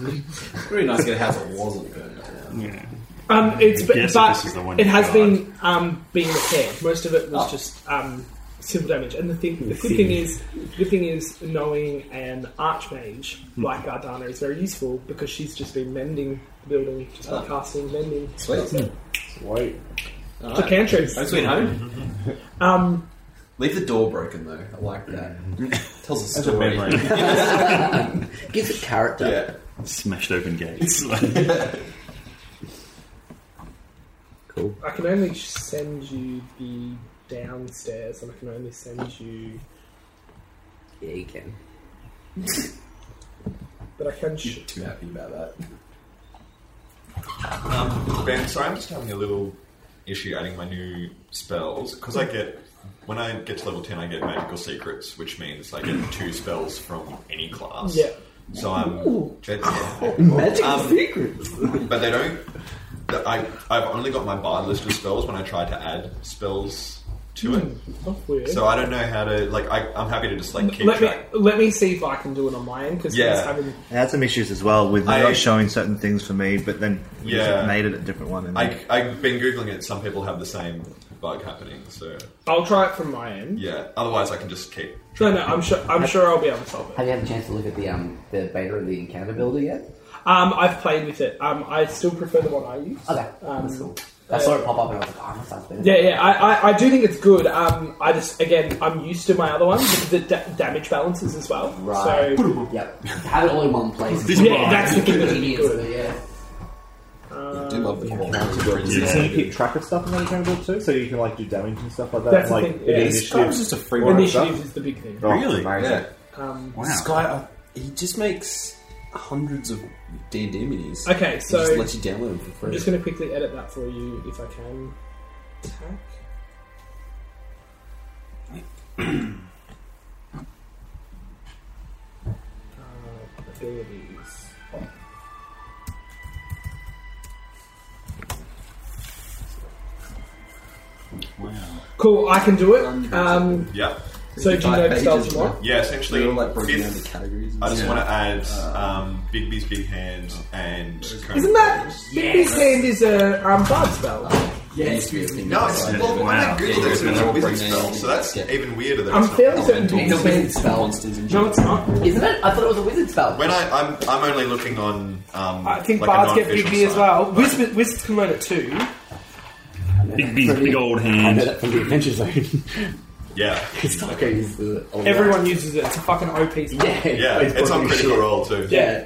Very nice to get a house that wasn't burned down. Yeah. um it's I guess but this is the one it you has got. been um being repaired. Most of it was Oh. just um simple damage. And the thing the good thing is the good thing is knowing an archmage like Gardana is very useful because she's just been mending the building, just by Oh. casting mending. Sweet. Wait. All The right. cantrips. Home sweet home. Um Leave the door broken though. I like that. Tells a a story. memory. Gives a character. yeah. Smashed open gates. Cool. I can only sh- send you the downstairs, and I can only send you. Yeah, you can. But I can. Sh- Too happy about that. Um, ben, sorry, I'm just having a little issue adding my new spells because I get when I get to level ten, I get magical secrets, which means I get two spells from any class. Yeah. So I'm. that's- Magic Um, secrets. But they don't. the- I I've only got my barred list of spells when I try to add spells to it. oh, weird. So I don't know how to like. I, I'm happy to just like keep let me track. let me see if I can do it on my end because Yeah. having I had some issues as well with I- not showing certain things for me, but then you Yeah. made it a different one. And I I've been googling it. Some people have the same bug happening. So I'll try it from my end. yeah. Otherwise, I can just keep. No, no, I'm sure I'm sure I'll be able to solve it. Have you had a chance to look at the um the beta of the encounter builder yet? Um, I've played with it. Um, I still prefer the one I use. Okay, Um, that's cool. I saw it pop up and I was like, oh, that sounds better. Yeah, yeah, I, I, I do think it's good. Um, I just again, I'm used to my other one because the da- damage balances as well. Right. So Yep. Have it all in one place. This yeah, Right. that's the thing that's Convenience, good. but yeah. I do love the Yeah. Can you keep track of stuff in that accountable too? So you can like do damage and stuff like that. That's and, the like thing, yeah. it This guy was initiative. just a free Or- one. initiative is the big thing. Oh, Really? amazing. Yeah. Um, This guy, uh, he just makes hundreds of D and D minis. okay, He so just lets you download them for free. I'm just going to quickly edit that for you if I can. Tack. uh, abilities. wow. Cool, I can do it. Um, Yeah. so do you know the spells you want? Yeah. Essentially, They're all like broken down fifth- into categories. and I just stuff. want to add um, Bigby's big hand and. Cone. Isn't that Bigby's hand is a um, bard spell? Yeah, it used to be a thing. No, it's, Like, well, when I Wow. googled it, it was a Yeah. wizard spell, so that's Yeah. even weirder than I'm it's not. fairly certain elemental Bigby's wizard hand. spell. monsters and No, it's not. Isn't it? I thought it was a wizard spell. When I, I'm, I'm only looking on. Um, I think like a bards get non-official Bigby as site. well. Wizards, wizards can learn it too. Big, big, big old hand. that from the Adventure Zone. Yeah, it's not going to use the. all Everyone uses it. It's a fucking OP spell. that. Yeah. yeah, it's, fucking on critical shit. role too. Yeah.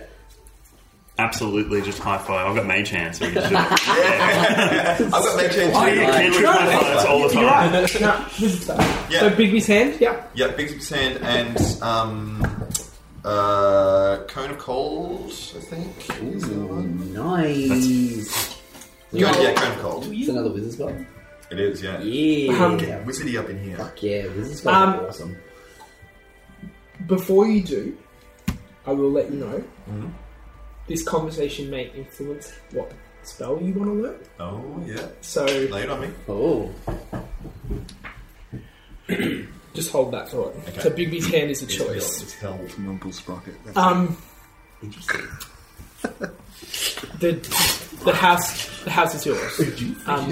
Absolutely just high five. I've got mage hands. So we can just- I've got make change. oh, you can do high fives all the You're time. right. No, wizard spell. Yeah. So Bigby's hand, yeah. Yeah, Bigsby's hand and um, uh, cone of cold. I think. Ooh, nice. Yeah, yeah, cone of cold. It's another wizard spell. It is. Yeah. Yeah. Get wizardy up in here. Fuck yeah, wizard spell. are Um, awesome. Before you do, I will let you know. Mm-hmm. This conversation may influence what spell you want to learn. Oh yeah. So Lay it on me. Oh. just hold that thought. Okay. So Bigby's hand is a choice. It's held. Mumble sprocket. That's Um, Interesting. the the house the house is yours. Um,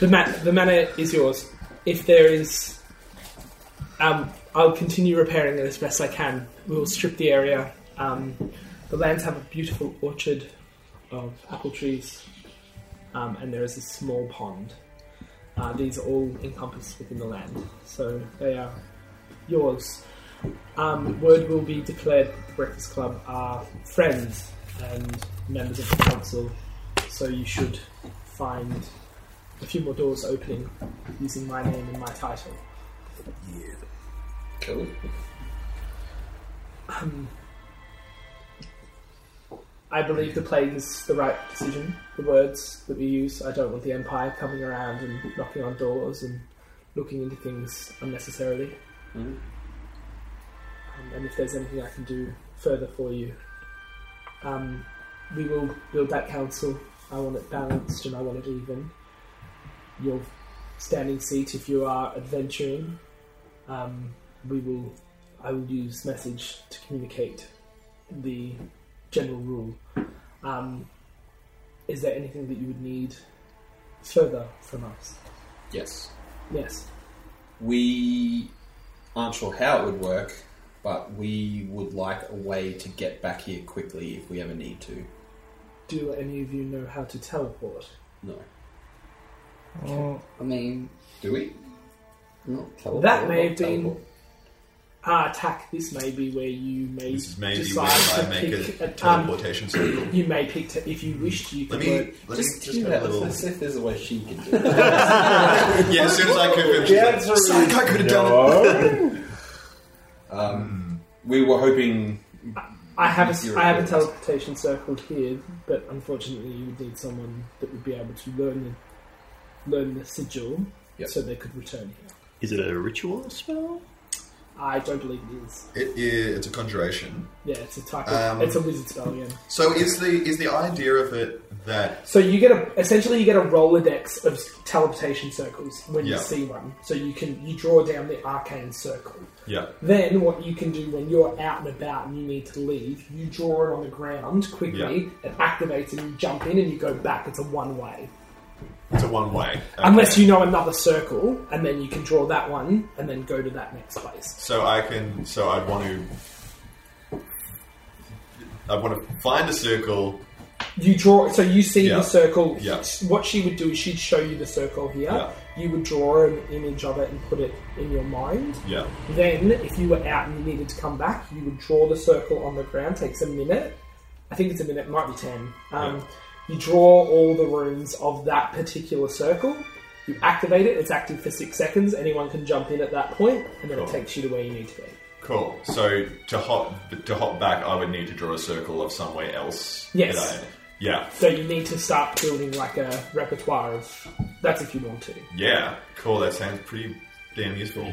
the ma- the manor is yours. If there is, um, I'll continue repairing it as best I can. We will strip the area. Um, the lands have a beautiful orchard of apple trees, um, and there is a small pond. Uh, these are all encompassed within the land, so they are yours. Um, word will be declared that the Breakfast Club are friends and members of the council, so you should find a few more doors opening using my name and my title. Cool. Um, I believe the plague is the right decision. The words that we use, I don't want the Empire coming around and knocking on doors and looking into things unnecessarily. Um, and if there's anything I can do further for you, um, we will build that council. I want it balanced and I want it even. Your standing seat, if you are adventuring, um, we will. I will use message to communicate the general rule. Um, is there anything that you would need further from us? Yes. Yes. We aren't sure how it would work, but we would like a way to get back here quickly if we ever need to. Do any of you know how to teleport? No. I mean, Do we? not teleport, That may not have been- teleport. Ah, attack. This may be where you may This is maybe where decide I to make pick. a um, teleportation circle. you may pick to, if you wish to. You Let could me work. let Just me just do have that. a little. Let's see if there's a way she can do it. Yeah, as soon as I confirmed, she's like, "Psych, I could have done it. We were hoping. I have Use a, your I have a abilities. teleportation circle here, but unfortunately, you would need someone that would be able to learn the, learn the sigil, Yep. so they could return here. Is it a ritual spell? I don't believe it is. It is. It's a conjuration. Yeah, it's a type. Um, of, it's a wizard spell again. So is the is the idea of it that So you get a essentially you get a rolodex of teleportation circles when you Yeah. see one. So you can you draw down the arcane circle. yeah Then what you can do when you're out and about and you need to leave, you draw it on the ground quickly. It activates and you jump in and you go back. It's a one way, it's a one way Okay. unless you know another circle, and then you can draw that one and then go to that next place. So I can. So I'd want to. I want to find a circle. You draw. So you see Yeah. the circle. Yeah. What she would do is she'd show you the circle here. Yeah. You would draw an image of it and put it in your mind. Yeah. Then, if you were out and you needed to come back, you would draw the circle on the ground. Takes a minute. I think it's a minute, might be ten. Um, Yeah. You draw all the runes of that particular circle. You activate it. It's active for six seconds. Anyone can jump in at that point, and then Cool. it takes you to where you need to be. Cool. So to hop to hop back, I would need to draw a circle of somewhere else. Yes. that I- yeah. So you need to start building like a repertoire of. That's if you want to. Yeah. Cool. That sounds pretty damn useful.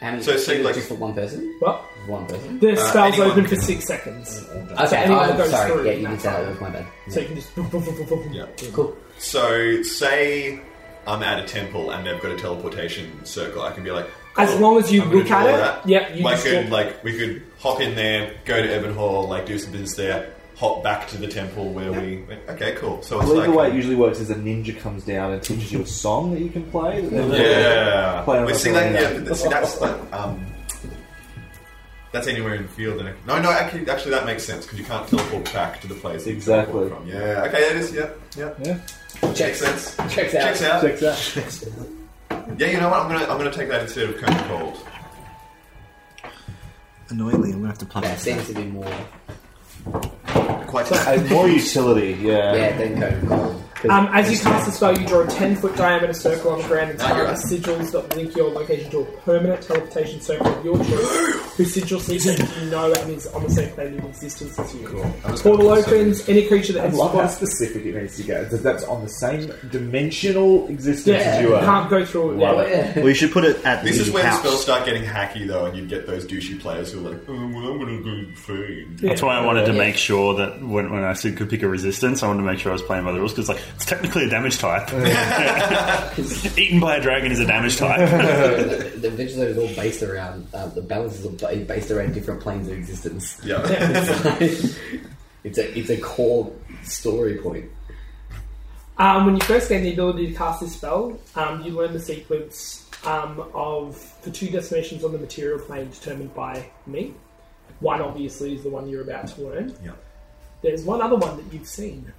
How many So it's like- just for one person? Well, One person. the spell's Uh, anyone open for can- six seconds, Okay, anyone I'm that goes sorry. through, yeah, you can that's tell fine. it was my bad. so you can just. boom, boom, boom, boom, boom, Yeah. boom. Cool. So say I'm at a temple and they've got a teleportation circle. I can be like. As cool, long as you I'm gonna look at draw it, that. yeah, you I just could draw- like we could hop in there, go to Urban Hall, like do some business there, hop back to the temple where we. Okay, cool. So I it's believe like the way it usually works is a ninja comes down and teaches you a song that you can play. that then- Yeah. Play on we the see that. piano. Yeah, but see, that's like, um, that's anywhere in the field. And no, no, actually, actually, that makes sense because you can't teleport back to the place that you Exactly. teleport From. Yeah. Okay. That is. Yeah. Yeah. Yeah. Makes sense. Checks out. Checks out. Check that. Yeah. You know what? I'm gonna I'm gonna take that instead of Cone Cold. Annoyingly, I'm gonna have to plug That seems to be more. Quite. And more utility. Yeah. Yeah, then go. 'Cause Um, as you cast the spell, you draw a 10 foot diameter circle on the ground and Ah, you're target sigils that link your location to a permanent teleportation circle of your choice, whose sigil sequence you know and is on the same plane of existence as you. Portal opens, any creature that I enters love how the specific it needs to get. That that's on the same dimensional existence yeah, as you uh, are. you can't go through it. Love Yeah. it. Well, you should put it at This the is where the house. spells start getting hacky, though, and you get those douchey players who are like, "Oh, well, I'm gonna go fiend." That's why I wanted to Yeah. make sure that when, when I said could pick a resistance, I wanted to make sure I was playing by the rules because like it's technically a damage type. Eaten by a dragon is a damage type. the, the Vigilo is all based around uh, the balance is all ba- based around different planes of existence. Yeah. It's a it's a core story point. Um, when you first gain the ability to cast this spell, um, you learn the sequence um, of the two destinations on the material plane determined by me. One, obviously, is the one you're about to learn. yeah. There's one other one that you've seen.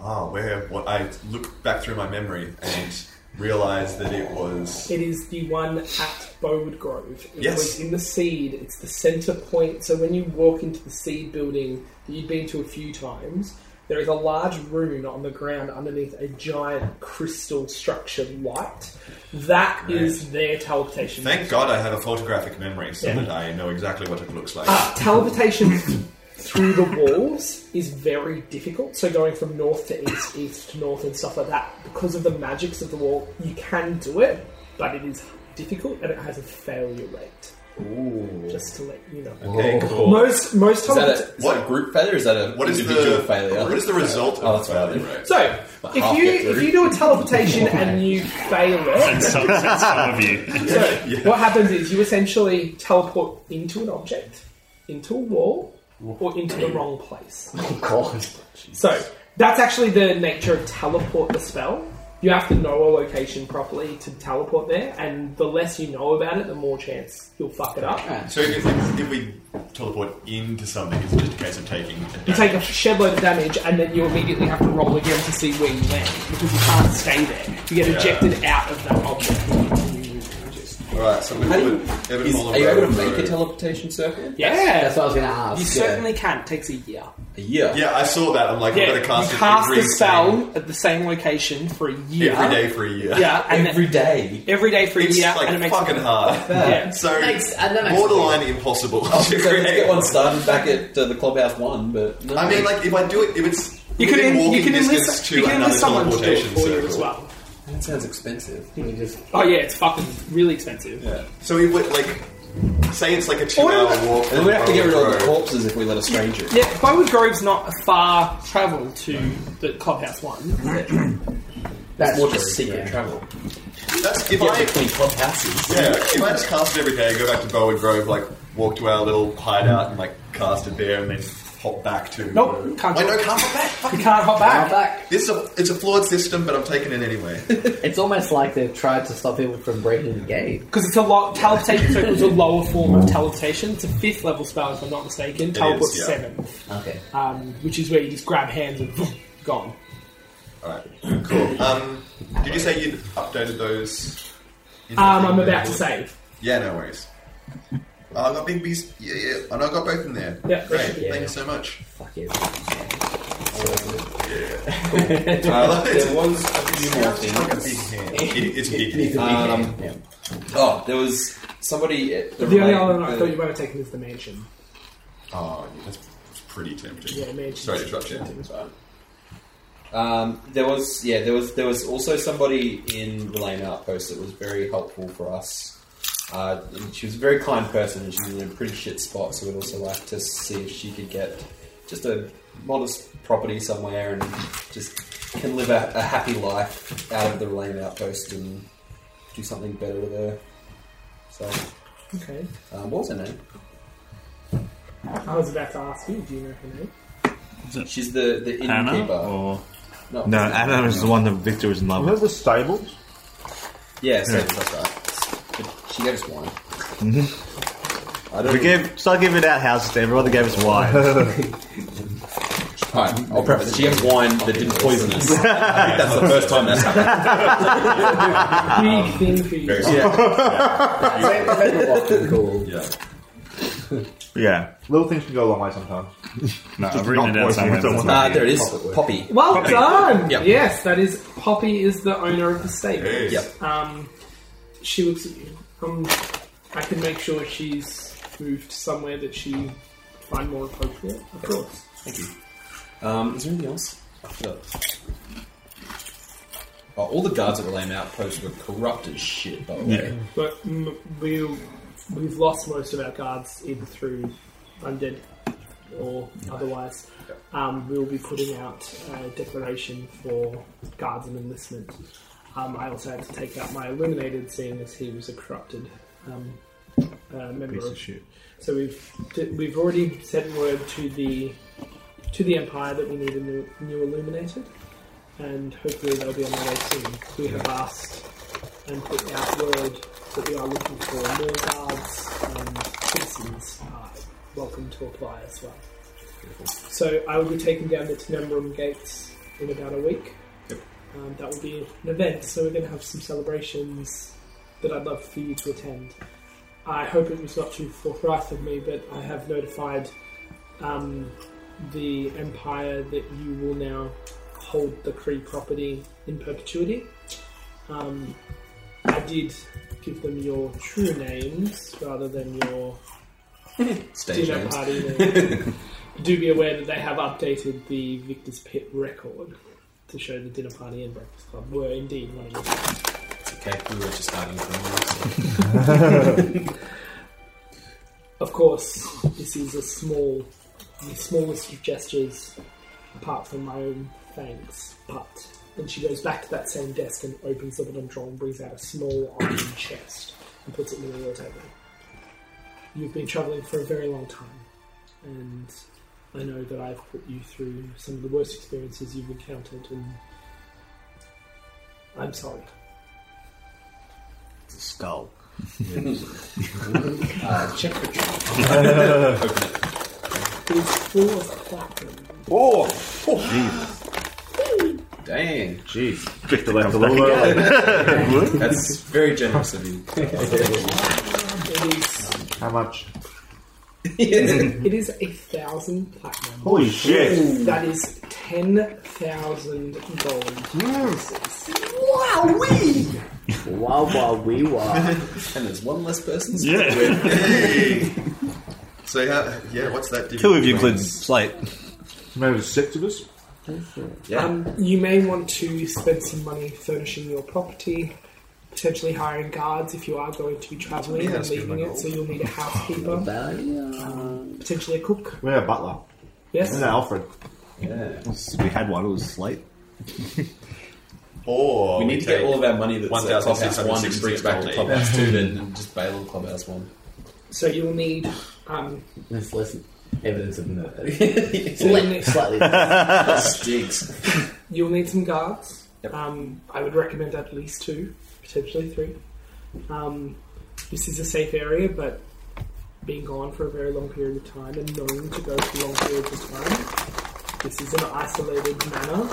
Ah, where what I look back through my memory and realized that it was. It is the one at Bowwood Grove. It Yes. was in the seed. It's the center point. So when you walk into the seed building that you've been to a few times, there is a large rune on the ground underneath a giant crystal structured light. That is their teleportation. Thank God I have a photographic memory so Yeah. that I know exactly what it looks like. Uh, teleportation through the walls is very difficult. So going from north to east, east to north, and stuff like that, because of the magics of the wall, you can do it, but it is difficult and it has a failure rate. Just to let you know. Okay, cool. Most most Is that a, is teleport- that a group failure? Or is that a What is individual the failure? What is the result Oh, of that's the failure fine. rate? so if half you get through. if you do a teleportation and you fail it, Some, some of you. So what happens is you essentially teleport into an object, into a wall, or into the wrong place. Oh god. So that's actually the nature of teleport the spell. You have to know a location properly to teleport there, and the less you know about it, the more chance you'll fuck it up. So if, if, if we teleport into something, it's just a case of taking. A You take a damage. shed load of damage, and then you immediately have to roll again to see where you land because you can't stay there. You get ejected out of that object. All right, so we How do you- put Evan Is- Holland are you able to over- make a teleportation circle? Yeah, That's what I was going to you ask. yeah. certainly can. It takes a year. A year. Yeah, I saw that. I'm like, I'm Yeah, gonna cast you it cast every the spell single- at the same location for a year. every day for a year. Yeah, and Every then, day. every day for a It's year, like and it makes fucking hard. Yeah. So Makes- and that makes- borderline impossible. Oh, So to let's get create. one started back at uh, the clubhouse one, but no. I mean, like if I do it, if it's You could within en- walking you could distance enlist, to you could another enlist someone to do it teleportation for you circle. as well. that sounds expensive. You just Oh yeah, it's fucking really expensive. So we would like say it's like a two-hour walk. And we'd have to get rid of all the road. corpses if we let a stranger. in. Yeah, Bowood Grove's not a far travel to the clubhouse one. that's More true, just secret yeah. travel. That's if Yeah, I between clubhouses. yeah, if I just cast it every day, go back to Bowen Grove, like walk to our little hideout and like cast it there, and then hop back to Nope, Oh, can't Wait, do no, it. can't hop back. You Fucking can't hop Now back. back. It's a it's a flawed system, but I'm taking it anyway. It's almost like they've tried to stop people from breaking the gate. Because it's a lot. Teleportation circle is a lower form of teleportation. It's a fifth level spell, if I'm not mistaken. Teleport yeah. seven, Okay. um, which is where you just grab hands and gone. all right, cool. Um, did you say you'd updated those? in the Um, thing I'm there? about to save. Yeah, no worries. Oh, I got Big B's. Yeah, yeah. And I got both in there. Yeah. Great. Yeah. Thank you so much. Fuck you. Uh, there was a few more It's like a things. big hand. It- it's a big Need hand. to Um, be here. Oh, there was somebody at the, The only relate- other one I the- thought you might have taken is the mansion. Oh, yeah, that's pretty tempting. Yeah, mansion. Sorry to interrupt you. Um, there was yeah, there was there was also somebody in Relane Outpost that was very helpful for us. Uh, and she was a very kind person, and she was in a pretty shit spot. So we'd also like to see if she could get just a modest property somewhere and just can live a, a happy life out of the Relane Outpost and do something better with her. So, Okay. um, what was her name? I was about to ask you, do you know her name? She's the the Anna? innkeeper. Or... No, No, Anna is the one that Victor is in love with. the stables? Yeah, so that's right. But she gave us wine. I don't We gave, start giving out houses to everyone that gave us wine. Alright, I'll preface. She gave wine that didn't poison us. I think that's the first time that's happened. Big thing for you. cool. Yeah. yeah. Little things can go a long way sometimes. No, I've written it not out somewhere. poison, but Uh, it's there it is. Poppy. Well done! Yep. Yes, that is Poppy is the owner of the stable. Yep. Um, she looks at you. Um, I can make sure she's moved somewhere that she would find more appropriate. Of course. Thank you. Um, is there anything else? I forgot. Oh, all the guards at the lame outpost were corrupt as shit, by the way. But mm, we we've lost most of our guards either through undead or otherwise. Um, we'll be putting out a declaration for guards and enlistment. Um, I also had to take out my eliminated, seeing as he was a corrupted um, uh, member Piece of of shit. so we've d- we've already sent word to the to the Empire that we need a new, new illuminated, and hopefully they'll be on their way soon. We have asked and put out word that we are looking for more guards and citizens are welcome to apply as well. So I will be taking down the Tenembrum gates in about a week. Um, that will be an event, so we're going to have some celebrations that I'd love for you to attend. I hope it was not too forthright of me, but I have notified um, the Empire that you will now hold the Cree property in perpetuity. Um, I did give them your true names rather than your Stage dinner names. party name. Do be aware that they have updated the Victor's Pit record to show the dinner party and breakfast club were indeed one of them. Okay, we were just starting from Of course, this is a small, the smallest of gestures, apart from my own thanks. But and she goes back to that same desk and opens up an drawer and brings out a small iron chest and puts it near your table. You've been travelling for a very long time, and I know that I've put you through some of the worst experiences you've encountered, and I'm sorry. It's a skull. Check the drawer. It's full of platinum. Oh! Dang, Jeez, Victor left a little early. that's very generous of you. It is How much? It is a thousand platinum. Holy shit! That is ten thousand gold. Wah wah wee wah. And there's one less person. Yeah. So yeah, yeah. What's that? Two of you could slate. Maybe six of us. Um, you may want to spend some money furnishing your property, potentially hiring guards if you are going to be travelling Yeah, and that's good, leaving my it. gold. So you'll need a housekeeper, potentially a cook. We have a butler. Yes. Isn't that Alfred? Yeah. We had one. It was slate. Or We need to get all of our money that's at Clubhouse 1 and 1,660 bring it back to gold. Clubhouse 2 and just bail on Clubhouse 1. So you'll need um, That's less evidence of nerve. Slightly. Slightly. Jigs. You'll need some guards. Yep. Um, I would recommend at least two, potentially three. Um, this is a safe area, but being gone for a very long period of time and known to go for long periods of time, this is an isolated manor.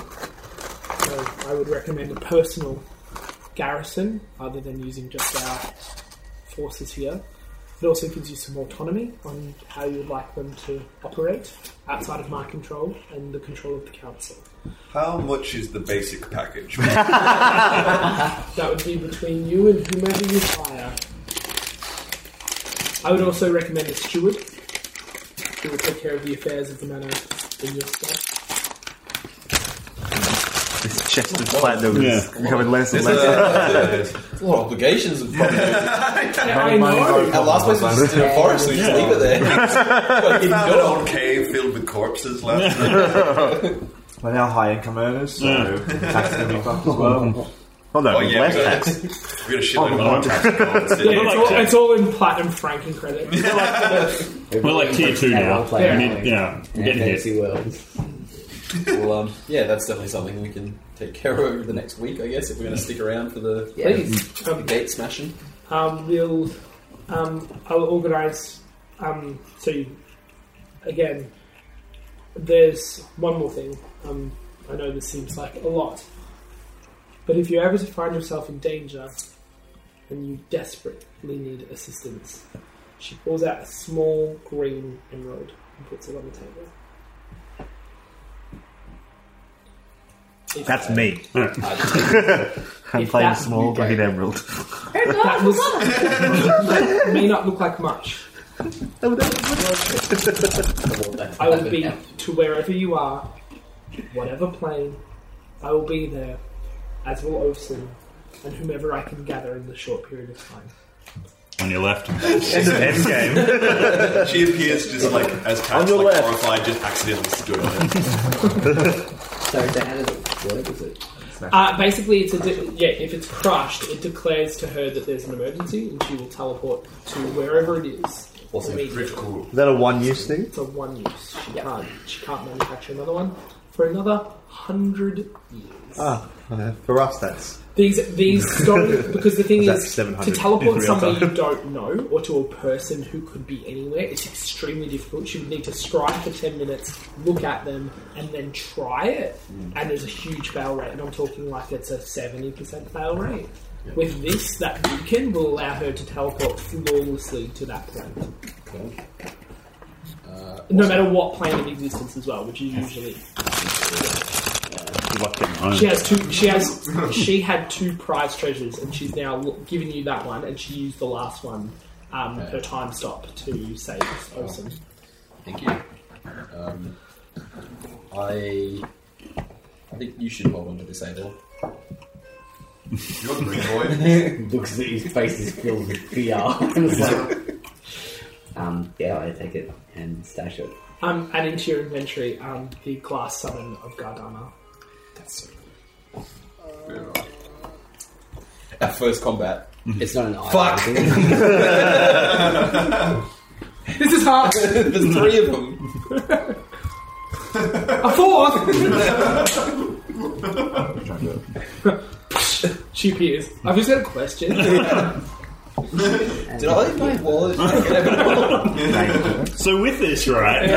So I would recommend a personal garrison other than using just our forces here. It also gives you some autonomy on how you would like them to operate outside of my control and the control of the council. How much is the basic package? That would be between you and whomever you hire. I would also recommend a steward who will take care of the affairs of the manor in your stead. This chest of platinum is becoming less and There's less. a, there's a lot of obligations. and probably- I know. Our last place was just in a forest, so we just leave it there. Got hidden Found an gold. old cave filled with corpses left. We're now high income earners, so tax going to be fucked as well. Oh no, oh yeah, less we got, tax. we got a shitload of tax. It's all, it's all in platinum franking credit. We're like tier 2 now. Yeah. We need, yeah. We're Yeah, getting hit. fancy world. Well, um, yeah, that's definitely something we can take care of over the next week, I guess, if we're going to stick around for the Please. Um, gate smashing. um, we'll um, I'll organise. Um, so you, again, there's one more thing. Um, I know this seems like a lot, but if you're ever to find yourself in danger and you desperately need assistance, she pulls out a small green emerald and puts it on the table. If- That's me. I'm If playing that small you go. green emerald. That was that may not look like much. I will be to wherever you are, whatever plane. I will be there, as will Olsen and whomever I can gather in the short period of time. On your left. End of end game. She appears just like as Tax, your like left. horrified, just accidentally stood on it. So, Dan, how does it work? Is it? Uh, basically, it's a de- yeah. If it's crushed, it declares to her that there's an emergency, and she will teleport to wherever it is. Awesome. Immediately. Is that a one use thing? It's a one use. She can't. She can't manufacture another one. for another hundred years. Ah, uh, for us, that's These these stories because the thing That's is to 700 in teleport real somewhere time. you don't know or to a person who could be anywhere it's extremely difficult. You would need to strike for ten minutes, look at them, and then try it. Hmm. And there's a huge fail rate, and I'm talking like it's a seventy percent fail rate. With this, that beacon will allow her to teleport flawlessly to that planet. Cool. Uh, No matter what plane of existence as well, which is usually she has two. She has. She had two prize treasures, and she's now l- given you that one, and she used the last one, um, her time stop to save us. Awesome. Thank you. Um, I I think you should hold on to this Abel. You're the big boy. Looks at his face is filled with VR. and it's like, um, yeah, I take it and stash it. Um, add into your inventory um, the glass summon of Gardana. Our first combat. It's not an eye. Fuck. I This is hard. There's three of them. A fourth. she appears. I've just got a question. Did I leave my wallet? I So with this, right?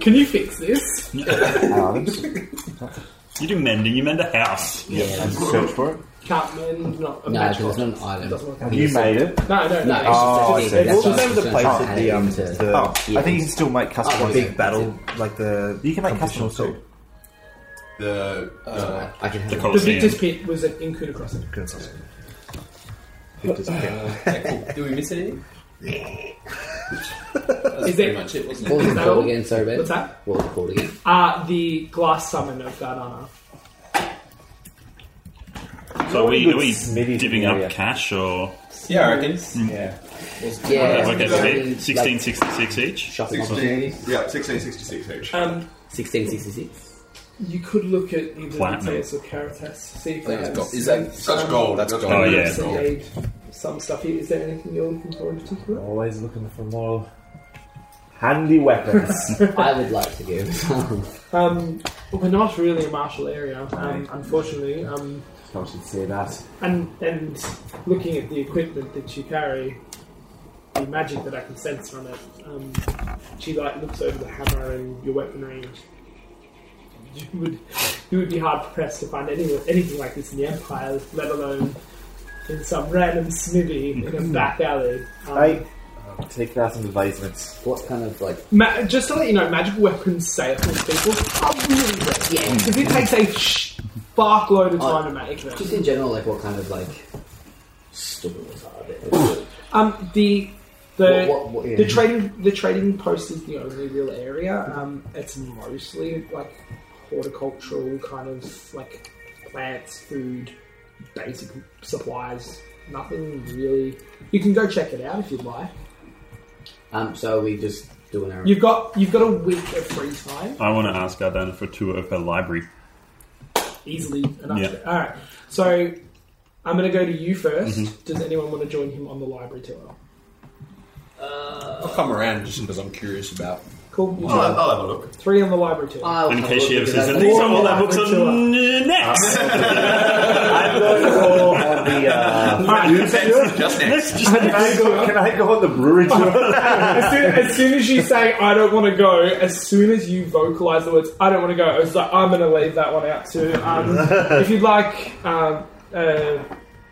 Can you fix this? You do mending. You mend a house. yeah, that's- search for it. Can't mend. Not a no, match. because it's not an island. Doesn't work. Have you made it? No, no, No, no. it's Oh, I just see. a big- Well, that's remember the just place trying to at add the um, into- the Oh, I Yeah. think you can still make custom. Oh, big yeah. battle, like the You can make custom competition too. the uh, I can Oh, have The Colosseum. Victor's Pit was at- in Kudacross. Do we miss anything? Is Pretty there? much it, wasn't What it? was it that called all? again? Sorry, babe. What's that? What was it called again? Uh, the glass summon of Gardana. So are we, are we Smithy divvying area. up cash or Yeah, I reckon. Yeah. Yeah, okay? it's so like- Sixteen sixty-six each. Shopping 16, opportunities. yeah, 1666 each. Um, 1666. you could look at either Platinum. Matthias or Caritas, see if I think they Oh, it's have gold. Is some- that such gold? That's gold. Oh, yeah. some aid, some stuff here. Is there anything you're looking for in particular? Always looking for more handy weapons. I would like to give some. Um, we're not really a martial area, um, unfortunately. Um, I should say that. and and looking at the equipment that you carry, the magic that I can sense from it, um, she like looks over the hammer and your weapon range. You would you would be hard pressed to find any, anything like this in the Empire, let alone in some random smithy in a back alley. Um, I take that as advisement. What kind of like? Ma- just to let you know, magic weapons saleable people are really great. Yeah, because it takes a sh- fuckload of time to make them. Just in general, like what kind of like stores are there? Um, the the What- what- what- yeah. the trading the trading post is the only real area. Um, it's mostly like horticultural kind of like plants, food, basic supplies. Nothing really. You can go check it out if you'd like. um, so we just doing our. You've got you've got a week of free time, I want to ask Ardana for a tour of her library. easily enough. Yeah. All right, so. I'm going to go to you 1st Does anyone want to join him on the library tour? I'll come around just because I'm curious about. Cool. you I'll, join. I'll have a look. Three on the library tour. I'll In have a case look she ever at says, that. and these are all our Library books tour. on uh, next. I'm going to go on the. Ah. Uh, All right, brewery tour. Just next. Let's just Can I go- can I go on the brewery tour? as, soon, as soon as you say I don't want to go, as soon as you vocalize the words I don't want to go, I was like I'm going to leave that one out too. Um, if you'd like, um, uh,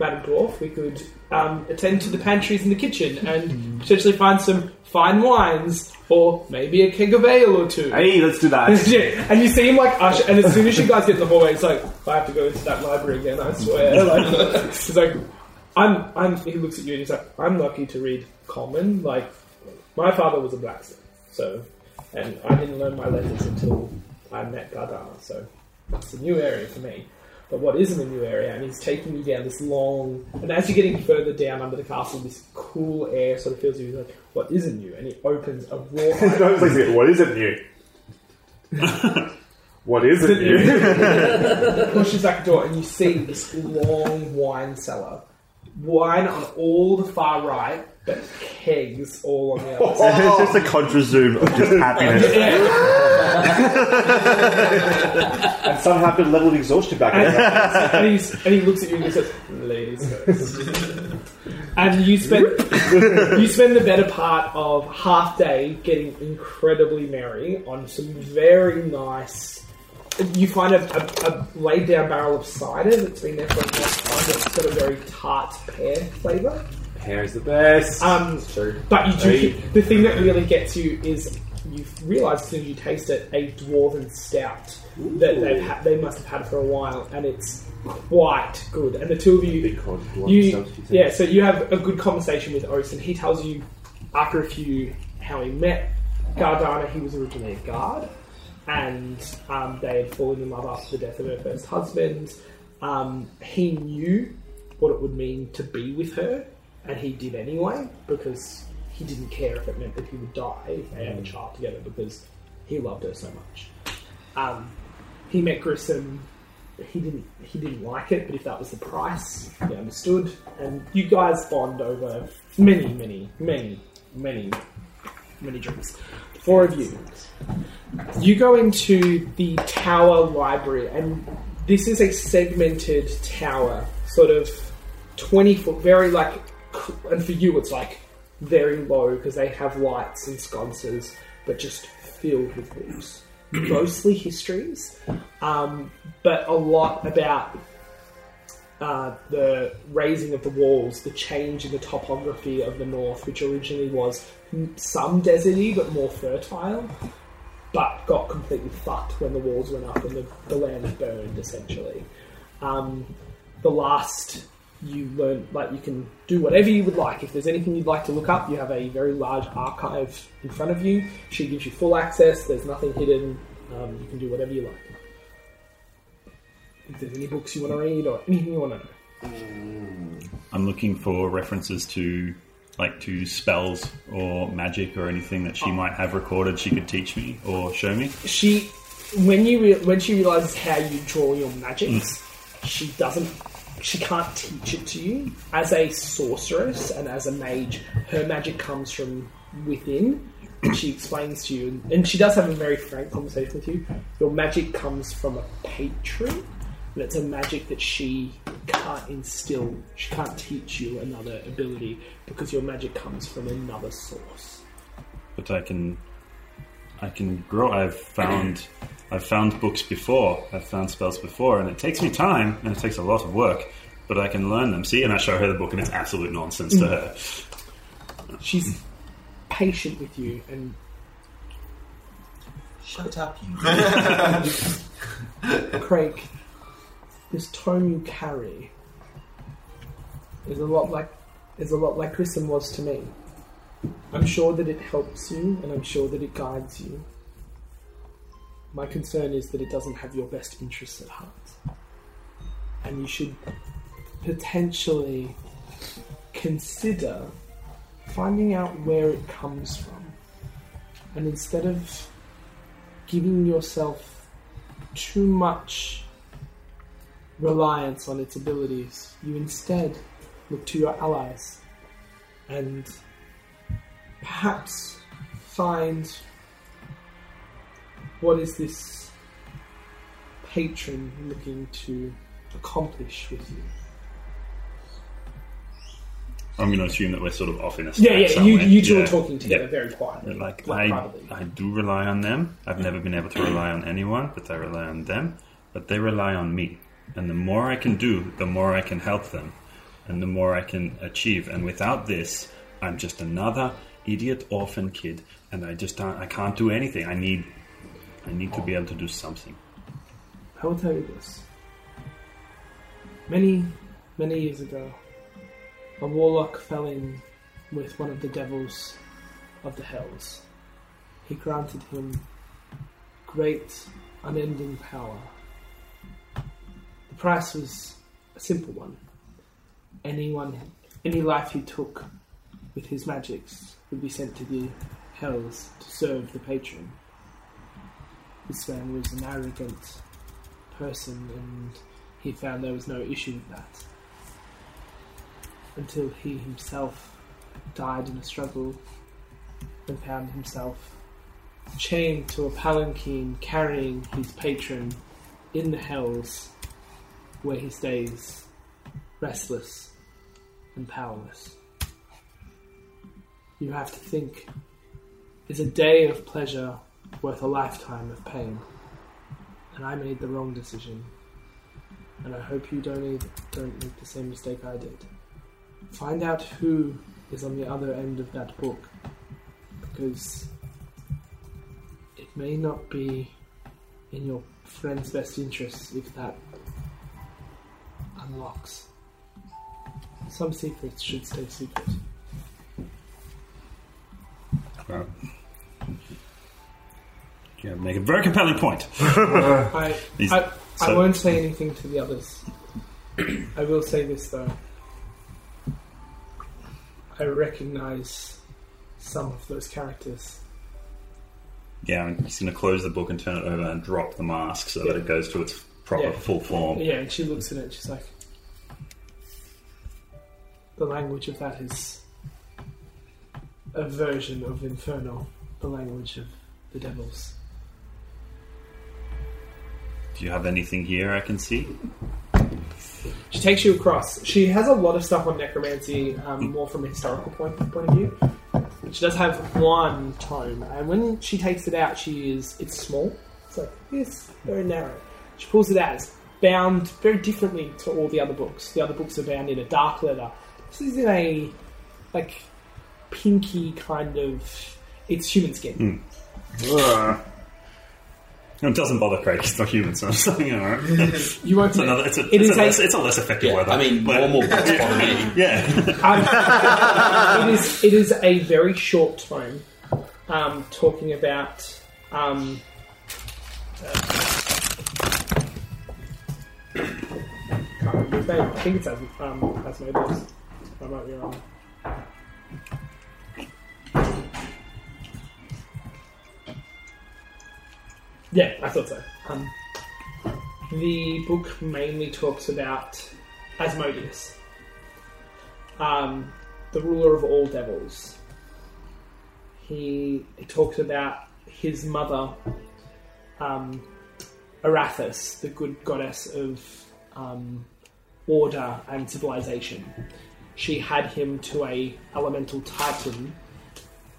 Madam Dwarf, we could um, attend to the pantries in the kitchen and potentially find some fine wines or maybe a keg of ale or two. Hey, let's do that. Yeah, and you see him like usher, and as soon as you guys get in the hallway, it's like I have to go into that library again. I swear. Like, he's like, I'm, I'm. He looks at you and he's like, I'm lucky to read common. Like, my father was a blacksmith, so, and I didn't learn my letters until I met Gardana. So, it's a new area for me. But what isn't a new area, and he's taking you down this long, and as you're getting further down under the castle, this cool air sort of fills you. He's like, what isn't new? And he opens a raw. I was like, what is it new? what is it new? pushes back the door and you see this long wine cellar wine on all the far right, but kegs all on the other side. it's just a contra zoom of just happiness. Yeah. And some have the level of exhaustion back in there. and, he's, and he looks at you and he says, "Ladies first." and you spend you spend the better part of half day getting incredibly merry on some very nice. You find a, a, a laid down barrel of cider that's been there for a long time that's got a very tart pear flavour. Hair's the best. Um, But you do. The thing that really gets you is you realise as soon as you taste it, a dwarven stout that they've ha- they must have had for a while, and it's quite good. And the two of you, Because dwarven you stouts, you think? yeah, so you have a good conversation with Oris, and he tells you after a few how he met Gardana. He was originally a guard, and um, they had fallen in love after the death of her first husband. Um, he knew what it would mean to be with her, and he did anyway because he didn't care if it meant that he would die if they had a child together because he loved her so much. Um, he met Grissom. He didn't. He didn't like it, but if that was the price, he understood. And you guys bond over many, many, many, many, many drinks. Four of you. You go into the tower library, and this is a segmented tower, sort of twenty foot, very like. And for you, it's like very low because they have lights and sconces, but just filled with books, mostly histories um, but a lot about uh, the raising of the walls, the change in the topography of the north, which originally was mm, some deserty but more fertile, but got completely fucked when the walls went up and the, the land burned essentially. Um, the last you learn, like you can do whatever you would like. If there's anything you'd like to look up, you have a very large archive in front of you. She gives you full access. There's nothing hidden. Um, you can do whatever you like if there's any books you want to read or anything you want to know. I'm looking for references to like to spells or magic or anything that Oh. she might have recorded she could teach me or show me. She, when you re- when she realizes how you draw your magics, she doesn't. She can't teach it to you. As a sorceress and as a mage, her magic comes from within. And she explains to you, and she does have a very frank conversation with you. Your magic comes from a patron, and it's a magic that she can't instill. She can't teach you another ability because your magic comes from another source. But I can I can grow I've found I've found books before, I've found spells before, and it takes me time and it takes a lot of work. But I can learn them. See, and I show her the book, and it's absolute nonsense Mm. to her. She's patient with you and Shut up, you. Craig, this tome you carry is a lot like is a lot like Kristen was to me. I'm sure that it helps you, and I'm sure that it guides you. My concern is that it doesn't have your best interests at heart, and you should potentially consider finding out where it comes from, and instead of giving yourself too much reliance on its abilities. You instead look to your allies and perhaps find what is this patron looking to accomplish with you. I'm going to assume that we're sort of off in a Yeah, stack yeah, you, somewhere. you two Yeah. are talking together Yeah. very quietly. Like I, privately. I do rely on them. I've never been able to rely on anyone, but I rely on them. But they rely on me, and the more I can do, the more I can help them, and the more I can achieve. And without this, I'm just another idiot orphan kid, and I just don't- I can't do anything. I need I need to be able to do something. I will tell you this. Many, many years ago, a warlock fell in with one of the devils of the hells. He granted him great, unending power. The price was a simple one. Anyone, any life he took with his magics would be sent to the hells to serve the patron. This man was an arrogant, person and he found there was no issue with that. until he himself died in a struggle and found himself chained to a palanquin carrying his patron in the hells where he stays restless and powerless. You have to think is a day of pleasure worth a lifetime of pain? And I made the wrong decision. And I hope you don't, e- don't make the same mistake I did. Find out who is on the other end of that book. Because it may not be in your friend's best interests if that unlocks. Some secrets should stay secret. You make a very compelling point. I, Is- I, I so- won't say anything to the others. I will say this though. I recognize some of those characters. Yeah, and he's going to close the book and turn it over and drop the mask so that Yeah. it goes to its proper Yeah. full form. Yeah, and she looks at it and she's like, the language of that is a version of Inferno, the language of the devils. Do you have anything here I can see? She takes you across. She has a lot of stuff on necromancy, um, more from a historical point, point of view. She does have one tome, and when she takes it out, she is it's small. It's like this, very narrow. She pulls it out. It's bound very differently to all the other books. The other books are bound in a dark leather. This is in a like pinky kind of. It's human skin. Hmm. No, It doesn't bother Craig. He's not human, so I'm saying, all right. It's You won't. another. It's a, It it's, is a a- less, it's a less effective Yeah, weapon. I mean, normal books for me. Yeah, Um, it is it is a very short tome um, talking about um, uh, can't remember his name. I think it's as um, as I might be wrong. Yeah, I thought so. Um, the book mainly talks about Asmodeus, um, the ruler of all devils. He, he talks about his mother, um, Arathis, the good goddess of um, order and civilization. She had him to a elemental titan,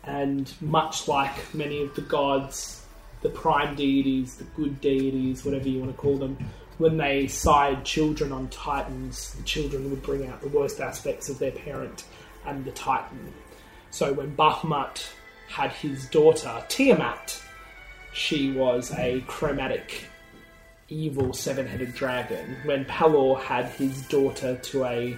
and much like many of the gods, the prime deities, the good deities, whatever you want to call them, when they side children on titans, the children would bring out the worst aspects of their parent and the titan. So when Bahamut had his daughter Tiamat, she was a chromatic, evil seven-headed dragon. When Palor had his daughter to a,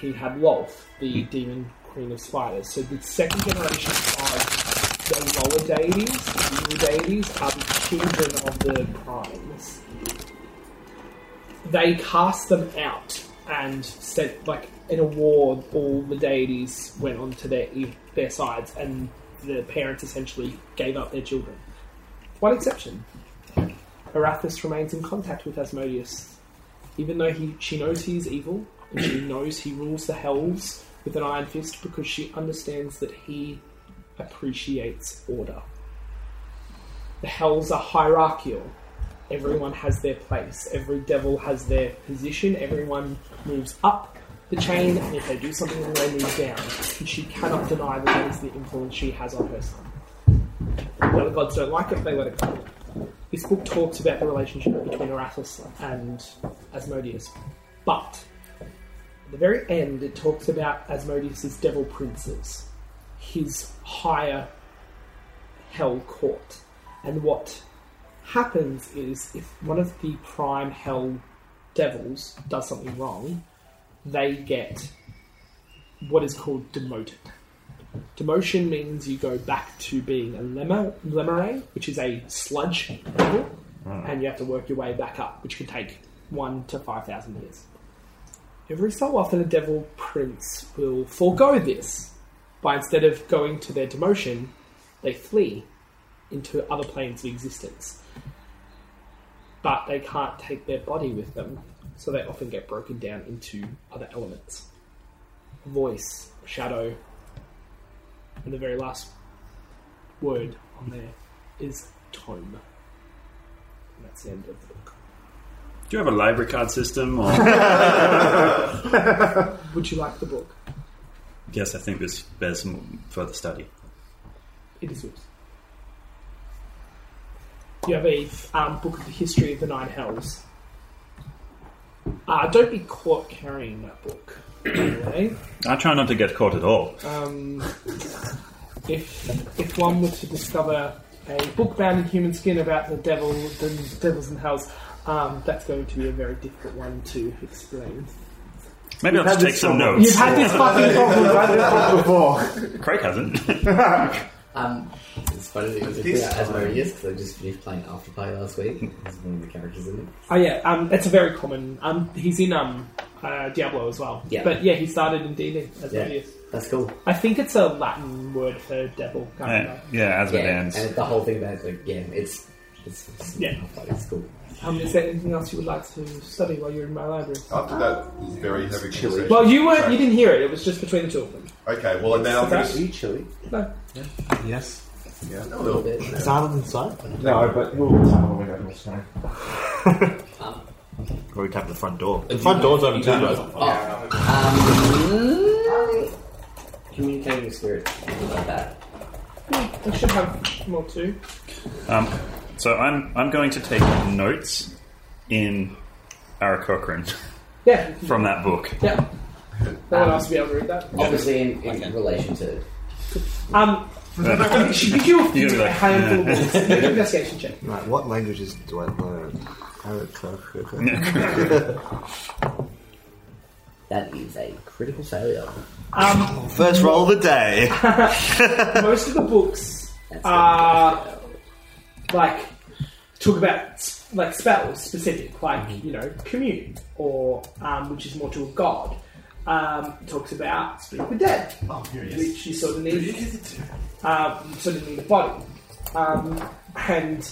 he had Lolth, the demon queen of spiders. So the second generation of the lower deities, the evil deities, are the children of the primes they cast them out and sent like in a war all the deities went onto their e, their sides and the parents essentially gave up their children one exception Arathis remains in contact with Asmodeus even though he she knows he is evil and she knows he rules the hells with an iron fist because she understands that he appreciates order the hells are hierarchical Everyone has their place. Every devil has their position. Everyone moves up the chain, and if they do something wrong, they move down. And she cannot deny that that is the influence she has on her son. The other gods don't like it, they let it go. This book talks about the relationship between Aratus and Asmodeus, but at the very end, it talks about Asmodeus' devil princes, his higher hell court, and what happens is if one of the prime hell devils does something wrong, they get what is called demoted. Demotion means you go back to being a lemma, lemure, which is a sludge level, and you have to work your way back up, which can take one to five thousand years. Every so often, a devil prince will forego this by instead of going to their demotion, they flee into other planes of existence. But they can't take their body with them, so they often get broken down into other elements. voice, shadow, and the very last word on there is tome. And that's the end of the book. Do you have a library card system? Or Would you like the book? yes, I think this bears some further study. It is yours. You have a um, book of the history of the Nine Hells. Uh, don't be caught carrying that book, by the way. I try not to get caught at all. Um, if, if one were to discover a book bound in human skin about the devil, the devils and hells, um, that's going to be a very difficult one to explain. Maybe I'll just had take this some problem. You've notes. had this fucking problem. I've done this before. Craig hasn't. Um, it's funny that you did that as Marius because I just finished playing Afterplay last week. He's one of the characters in it. Oh yeah, um, it's a very common. Um, he's in um, uh, Diablo as well. Yeah. But yeah, he started in D&D as Yeah. obvious. That's cool. I think it's a Latin word for devil. Can't yeah, remember. yeah, as it Yeah, ends. and the whole thing about like yeah, it's it's, it's Yeah. it's cool. Um, is there anything else you would like to study while you're in my library? After that very heavy conversation. Well, you weren't. You didn't hear it. It was just between the two of them. Okay, well, and then I'm going Is to. you chilly? No. Yes. No, A no. little bit. It's harder than sight. No, but we'll tell when we go to time. Or we tap the front door. The front door's open too, though. Oh. Um, communicating with spirits, something like that. I should have more too. Um, so I'm I'm going to take notes in Ara Cochrane Yeah. from that book. Yeah. No one else will be able to read that. Obviously, in, in relation to Um, you should you You're gonna do be a like, handful of words. Make an investigation check. Right, what languages do I learn? Arab, Turk, okay. that is a critical failure. Um, First roll of the day. most of the books That's are like talk about like spells specific, like you know commune or um, which is more to a god. Um, talks about speak with dead, which you sort of need. Um, sort of need a body, um, and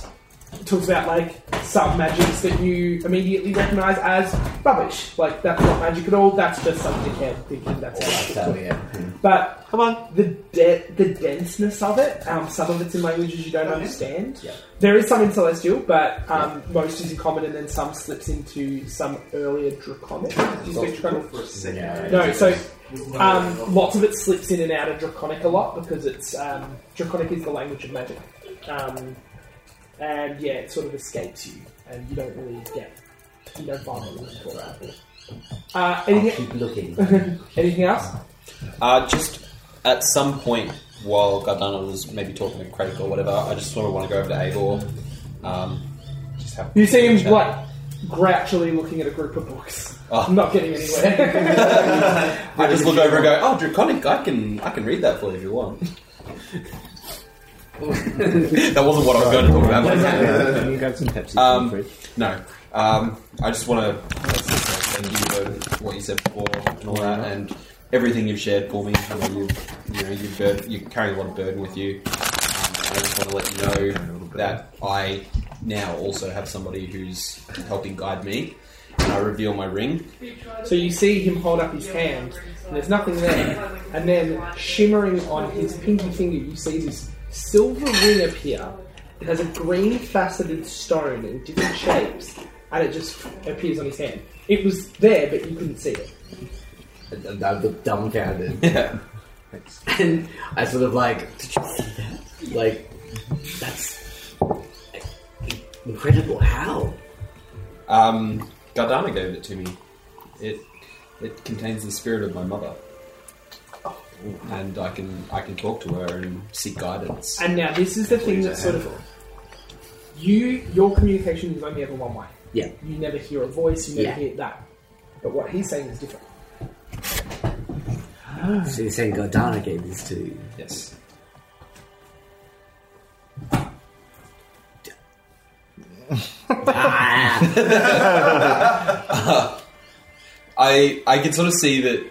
talks about like some magics that you immediately recognise as rubbish. Like that's not magic at all. That's just some dickhead thinking that's how That's magic. a failure. But come on, the de- the denseness of it. Um, some of it's in languages you don't understand. Yeah. There is some in Celestial, but um, most is in Common, and then some slips into some earlier Draconic. Do you speak Draconic? Yeah. No, so um, lots of it slips in and out of Draconic a lot because it's um, Draconic is the language of magic, um, and yeah, it sort of escapes you, and you don't really get you don't find what you're looking for. Uh, I'll anything, keep looking. anything else? Uh, just at some point while Gardana was maybe talking to Craig or whatever, I just sort of want to go over to Eivor. Um, just have You see him chat. like grouchily looking at a group of books. Oh. I'm not getting anywhere. I just look over and go, "Oh, Draconic, I can I can read that for you if you want." that wasn't what I was going to talk about. Can you grab some Pepsi Um, from the fridge? No. Um, I just want to thank you for what you said before and all that, and everything you've shared for me. I mean, you've, you know, you've bur- you carry a lot of burden with you. Um, and I just want to let you know that I now also have somebody who's helping guide me. And I reveal my ring. so you see him hold up his hand, and there's nothing there. And then shimmering on his pinky finger, you see this silver ring appear. It has a green faceted stone in different shapes, and it just appears on his hand. It was there, but you couldn't see it. And I look dumbfounded. Yeah. And I sort of like, did you see that? Like, that's incredible. How? Um, Gardana gave it to me. It it contains the spirit of my mother, and I can I can talk to her and seek guidance. And now this is the thing that sort of you your communication is only ever one way. Yeah. You never hear a voice, you never Yeah. hear that. But what he's saying is different. So you're saying Gardana gave this to you? Yes. Ah! I I can sort of see that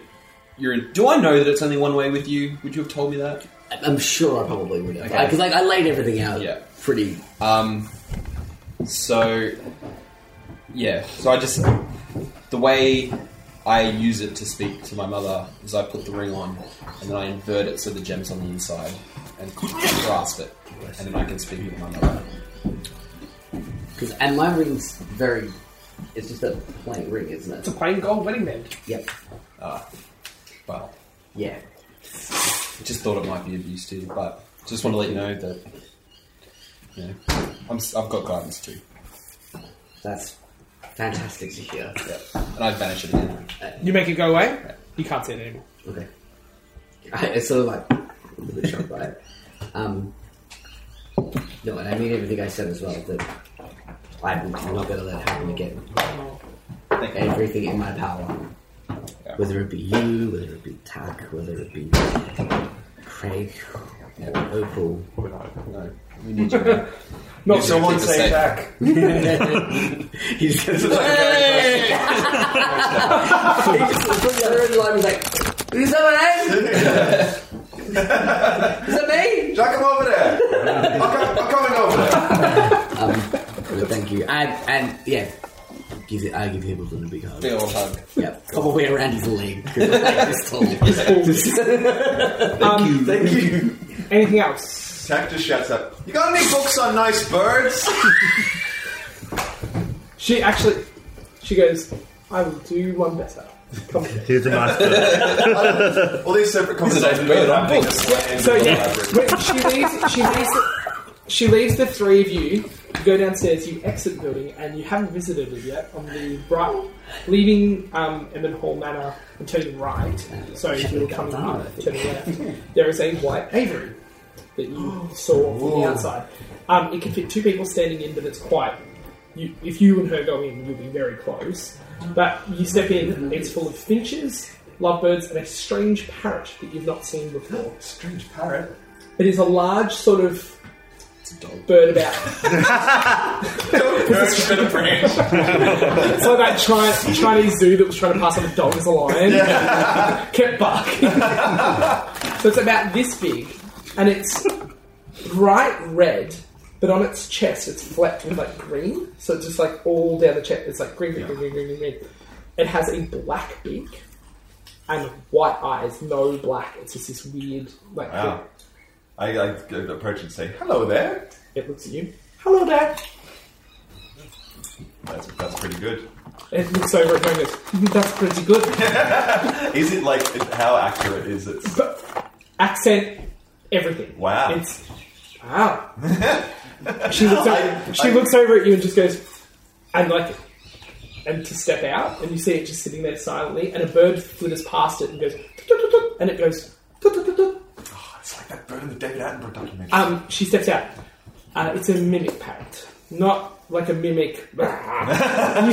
you're. In, do I know that it's only one way with you? Would you have told me that? I'm sure I probably would have. Okay. Because like, I laid everything out Yeah. pretty. Um, so yeah. So I just the way I use it to speak to my mother as I put the ring on, and then I invert it so the gem's on the inside and grasp it, and then I can speak with my mother. Because and my ring's very. It's just a plain ring, isn't It's a it? plain gold wedding band. Yep. Well, Yeah. I just thought it might be of use to you, but just want to let you know that you know, I'm, s- I've got guidance too, That's fantastic to hear. and I vanish it again. You make it go away. You can't see it anymore. Okay. I, it's sort of like a little bit shocked by it. Um, no, and I mean everything I said as well. That I'm not going to let it happen again. Thank you. Everything in my power, Yeah. whether it be you, whether it be Tuck, whether it be Craig, Yeah. Opal. No, we need you. man. Not You're someone say safe. back. He just goes hey! he just looks at her in the line and is like, "Is that my name? is that me?" Jack, I'm over there. I'm, com- I'm coming over there. But thank you. And and yeah, give it. I give Hibbleton a big hug. Big old hug. Yeah, probably around his leg. 'cause I'm like this tall. Um, Thank you. Anything else? Jack just shouts out, You got any books on nice birds? She actually, she goes. I will do one better. Come on. Here's a nice bird. All these separate It's a nice conversations. bird on books. So yeah, but she leaves. She leaves. The, she leaves the three of you. You go downstairs. You exit the building, and you haven't visited it yet. On the right, leaving um, Emmon Hall Manor and turning right. So if you're coming up, turning left. There is a white aviary that you saw from the outside. Um, it can fit two people standing in, but it's quite. You, if you and her go in, you'll be very close. But you step in, it's full of finches, lovebirds, and a strange parrot that you've not seen before. Strange parrot. It is a large sort of dog. bird about. it's like that Chi- Chinese zoo that was trying to pass on a dog as a lion. Kept barking. so it's about this big, and it's bright red, but on its chest it's flecked with like green. So it's just like all down the chest. It's like green, green, green, green, green, green, green. It has a black beak and white eyes, no black. It's just this weird, like, Wow. I, I approach and say, "Hello there." it looks at you. Hello there. That's, that's pretty good. It looks over at her and goes, "Mhm, that's pretty good. Is it like how accurate is it? Accent, everything. Wow. It's, wow. she looks, I- over, she I- looks over at you and just goes, and like, and to step out, and you see it just sitting there silently, and a bird flitters past it and goes, "Tut, tut, tut," and it goes, "Tut, tut, tut, tut." It's like that bird in the David Attenborough documentary. um, she steps out. Uh, it's a mimic parrot, not like a mimic. you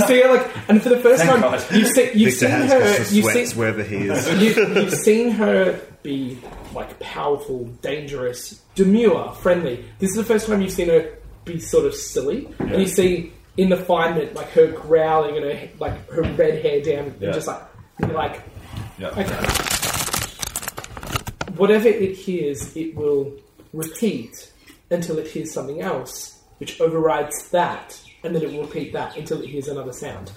see it like, and for the first time, God. you've seen, you've Victor seen has uh, her, got the you've seen, sweats wherever he is. you, you've seen her be like powerful, dangerous, demure, friendly. This is the first time you've seen her be sort of silly, and you see in the finement like her growling and her like her red hair down, and just like you're like yeah. okay. Whatever it hears, it will repeat until it hears something else, which overrides that, and then it will repeat that until it hears another sound.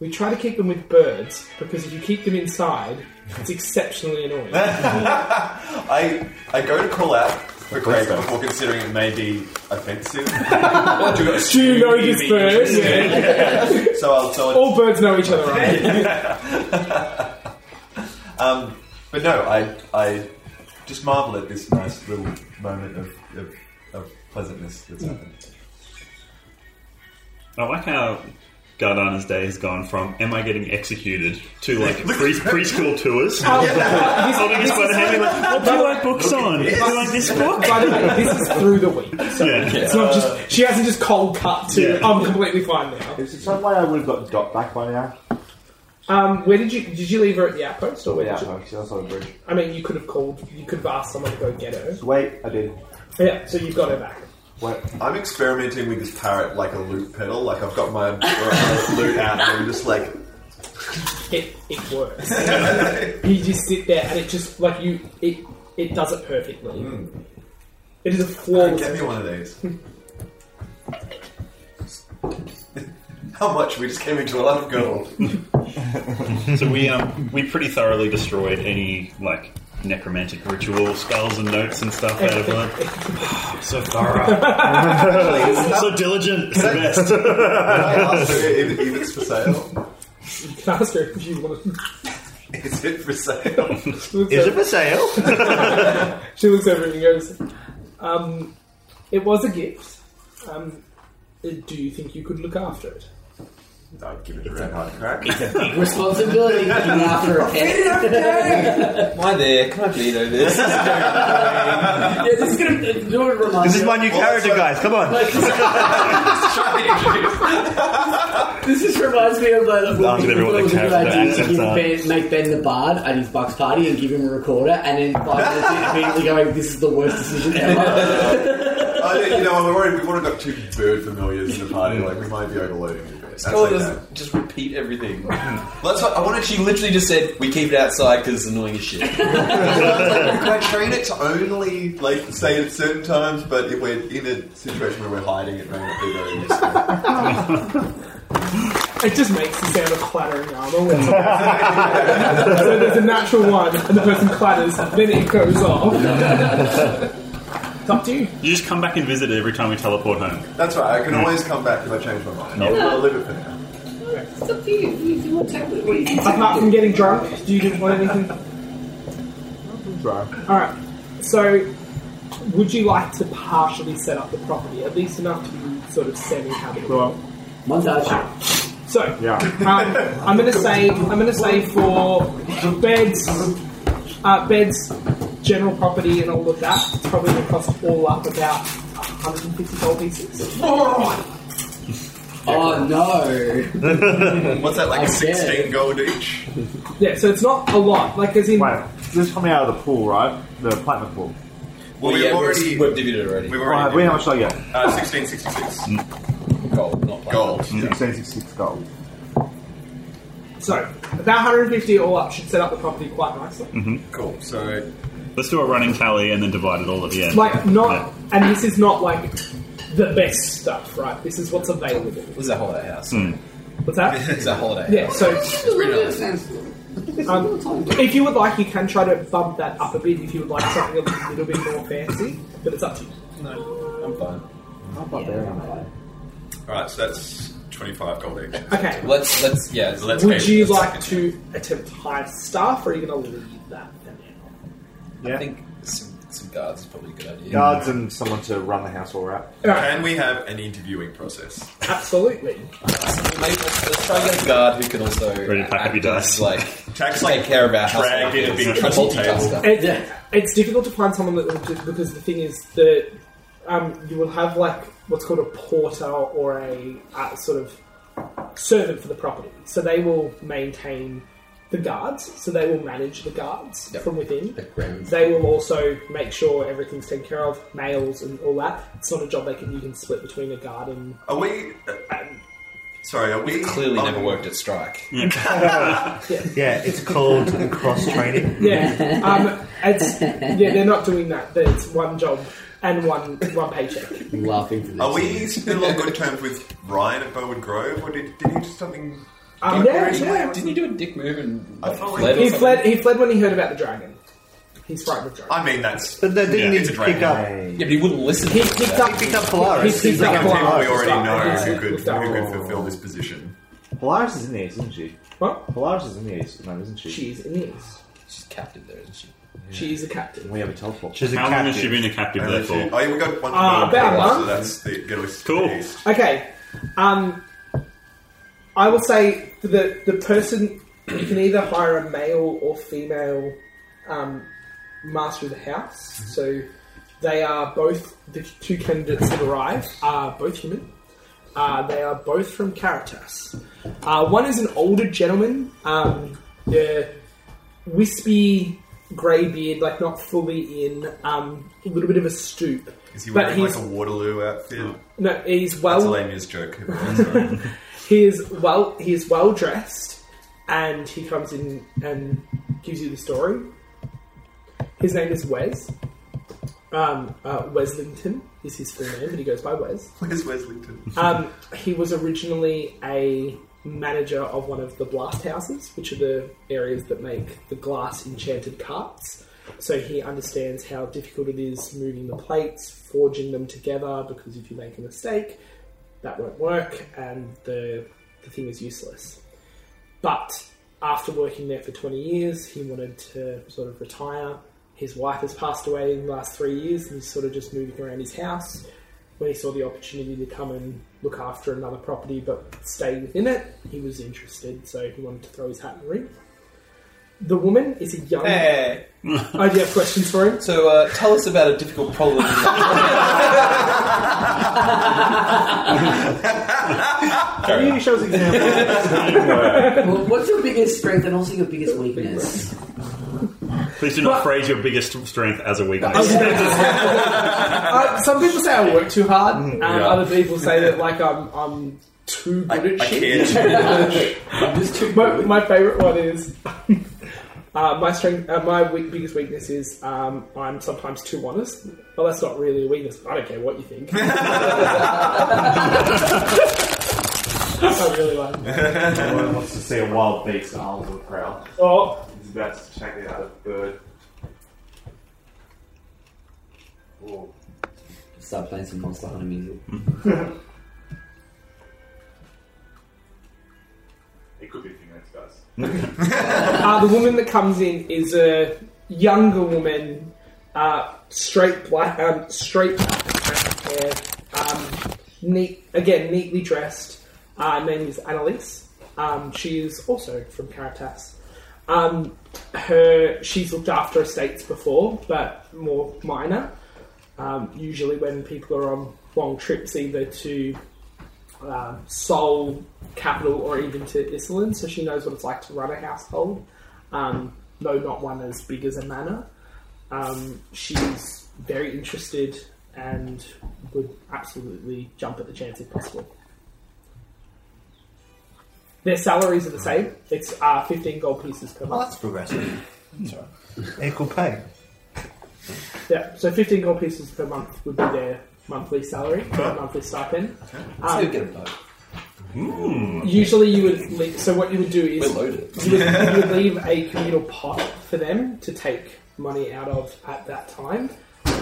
We try to keep them with birds because if you keep them inside, it's exceptionally annoying. I I go to call out for Craig before considering it may be offensive. Do you Do you know assume he'd this be bird? interested? Yeah. So I'll so I'll, All birds know each other, right? um, but no, I I just marvel at this nice little moment of, of, of pleasantness that's happened. I like how Gardana's day has gone from am I getting executed to like pre- preschool tours. Oh, Holding his by the hand, like, what do you like books on? Do you like this book? By the way, this is through the week. So Yeah. it's not just she hasn't just cold cut to Yeah. I'm completely fine now. Is it some way I would have got dot back by now? Um, where did you did you leave her at the outpost or where Yeah, did you? no, she's also a bridge. I mean, you could have called. You could have asked someone to go get her. Wait, I did. Yeah, so you've got her back. Wait. I'm experimenting with this parrot like a loop pedal. Like I've got my loop out and I'm just like It it works. you just sit there and it just like you it it does it perfectly. Mm. It is a flawless. Get me one of these. how much we just came into a lot of gold. So we um we pretty thoroughly destroyed any like necromantic ritual spells and notes and stuff out of one. so thorough, so diligent, it's the best. Can I ask if, if it's for sale? Faster if you want. Is it for sale? Is it for sale? She looks over at me and goes, um, "It was a gift. Um, do you think you could look after it?" I'd give it a red hot crack. Responsibility looking after a pet. Why there? Can I bleed over this? yeah, this is gonna. It's gonna remind This is you- my new character, guys. Come on. This just reminds me of uh, like when Ask we everyone thought it was a their good character idea to accents give are. ben, make Ben the bard at his bucks party and give him a recorder, and then five minutes in, immediately going, "This is the worst decision ever." I don't- you know, we've already, we've already got two bird familiars in the party. Like, we might be overloading a bit. That's Or okay. just, just repeat everything. That's what I wanted. She literally just said, "We keep it outside because it's annoying as shit." Can I train it to only like say at certain times, but if we're in a situation where we're hiding, it may not be very useful. It just makes the sound of clattering armor. When so there's a natural one, and the person clatters, then it goes off. it's up to you. You just come back and visit every time we teleport home. That's right. I can always come back if I change my mind. I'll, I'll leave it for now. It's up to you. You do what's happening. What you can take. Apart from getting drunk, do you want anything? Drunk. All right. So, would you like to partially set up the property, at least enough to be sort of semi-habitable? Well, Montage. So, yeah. Um, I'm gonna say I'm gonna say for beds, uh, beds, general property, and all of that. It's probably gonna cost all up about 150 gold pieces. Oh no! What's that like? I a get it. Sixteen gold each. Yeah, so it's not a lot. Like as in, Wait, this is coming out of the pool, right? The platinum pool. Well, we've yeah, already we've, we've divided already. we've Oh, already wait, how much did I get? uh, sixteen sixty six gold, not platinum. gold. Yeah. 1666 gold. Mm. so about 150 all up should set up the property quite nicely. Cool. So Let's do a running tally and then divide it all at the end. Like not, and this is not like the best stuff, right? This is what's available. It was a holiday house. Hmm. What's that? It was a holiday. Yeah. So A little bit of sense. Um, if you would like, you can try to bump that up a bit if you would like something a little bit more fancy, but it's up to you. House. I'm fine. all right. So that's twenty five gold each. Okay. Let's let's yeah. so Let's Would go. you Let's- like to attempt to hire staff, or are you going to leave that for now? Yeah. I think some, some guards is probably a good idea. Guards and someone to run the house while we're out. Alright, Can we have an interviewing process? absolutely. So maybe let's, let's try and get a guard who can also Ready to pack up your act as, dice. like Tax take care of our house. dragged in a big multitasking. table. It, Yeah. It's difficult to find someone that will do, because the thing is that um, you will have like what's called a porter or a uh, sort of servant for the property. So they will maintain the guards. So they will manage the guards Yep. from within. The grounds. They will also make sure everything's taken care of, mails and all that. It's not a job they can you can split between a guard and Oh. Are we? Uh, sorry. Are we Clearly, um, never worked at strike. Yeah, it's called cross training. yeah. Um, it's yeah, they're not doing that. That It's one job and one one paycheck. Laughing for this. Are we still on good terms with Ryan at Bowen Grove, or did, did he do something? Um, yeah, yeah. Didn't you do a dick move and I like, thought we- fled? or He something? fled. He fled when he heard about the dragon. He's frightened of dragons. I mean, that's But they didn't Yeah, need it's to a dragon. pick up. Yeah, but he wouldn't listen. He to us. picked up. Pick up Polaris. He picked like up a people we Polaris. already know Yeah. who could Picked up- who could fulfill this position. Polaris is in there, isn't she? Well, Polaris is in there, isn't- no, isn't she? she's in these. She's captive there, isn't she? She is a captain. We have a teleport. She's a How long has she captive. been a captive And there then she- for? oh, yeah, we got one. Uh, more about a call, month. So that's the get us Cool. east. Okay. Um, I will say that the person you can either hire a male or female um, master of the house. So they are both the two candidates that arrive are both human. Uh, they are both from Caritas. Uh, one is an older gentleman, um, uh, wispy, grey beard, like not fully in, um, a little bit of a stoop. Is he But wearing like he's- a Waterloo outfit? No, he's That's a well lame news joke. everyone, sorry. he is well he is well dressed and he comes in and gives you the story his name is wes um, uh, Weslington is his full name, but he goes by Wes. Where's Weslington? Um, he was originally a manager of one of the blast houses, which are the areas that make the glass enchanted carts. So he understands how difficult it is moving the plates, forging them together, because if you make a mistake, that won't work, and the, the thing is useless. But after working there for 20 years, he wanted to sort of retire. His wife has passed away in the last three years, and he's sort of just moving around his house. When he saw the opportunity to come and look after another property but stay within it, he was interested, so he wanted to throw his hat in the ring. The woman is a young. Hey. Oh, do you have questions for him? So uh, tell us about a difficult problem. He shows Well, what's your biggest strength and also your biggest weakness? Please do not phrase your biggest strength as a I was weakness. gonna just- uh, some people say I work too hard, and other people say that like I'm I'm too good at I shit. care too much. my, my favorite one is uh, my strength. Uh, my weak, biggest weakness is um, I'm sometimes too honest. Well, that's not really a weakness. I don't care what you think. I really like. That. Everyone wants to see a wild beast arms and prowl. Oh, He's about to check out a bird. Ooh. Start playing some Monster Hunter music. It could be a few minutes, guys. uh, the woman that comes in is a younger woman, uh, straight black, um, straight black hair, um, neat again, neatly dressed. Uh, her name is Annalise. Um, she is also from Caritas. Um, her she's looked after estates before, but more minor. Um, usually, when people are on long trips, either to um, Seoul, capital, or even to Iselin, so she knows what it's like to run a household, um, though not one as big as a manor. Um, she's very interested and would absolutely jump at the chance if possible. Their salaries are the same. It's uh, 15 gold pieces per Oh, month. that's progressive. Equal pay. Yeah, so 15 gold pieces per month would be their monthly salary, their monthly stipend. Let's go get a boat. Usually, you would leave, so what you would do We're is loaded. you would, you would leave a communal pot for them to take money out of at that time.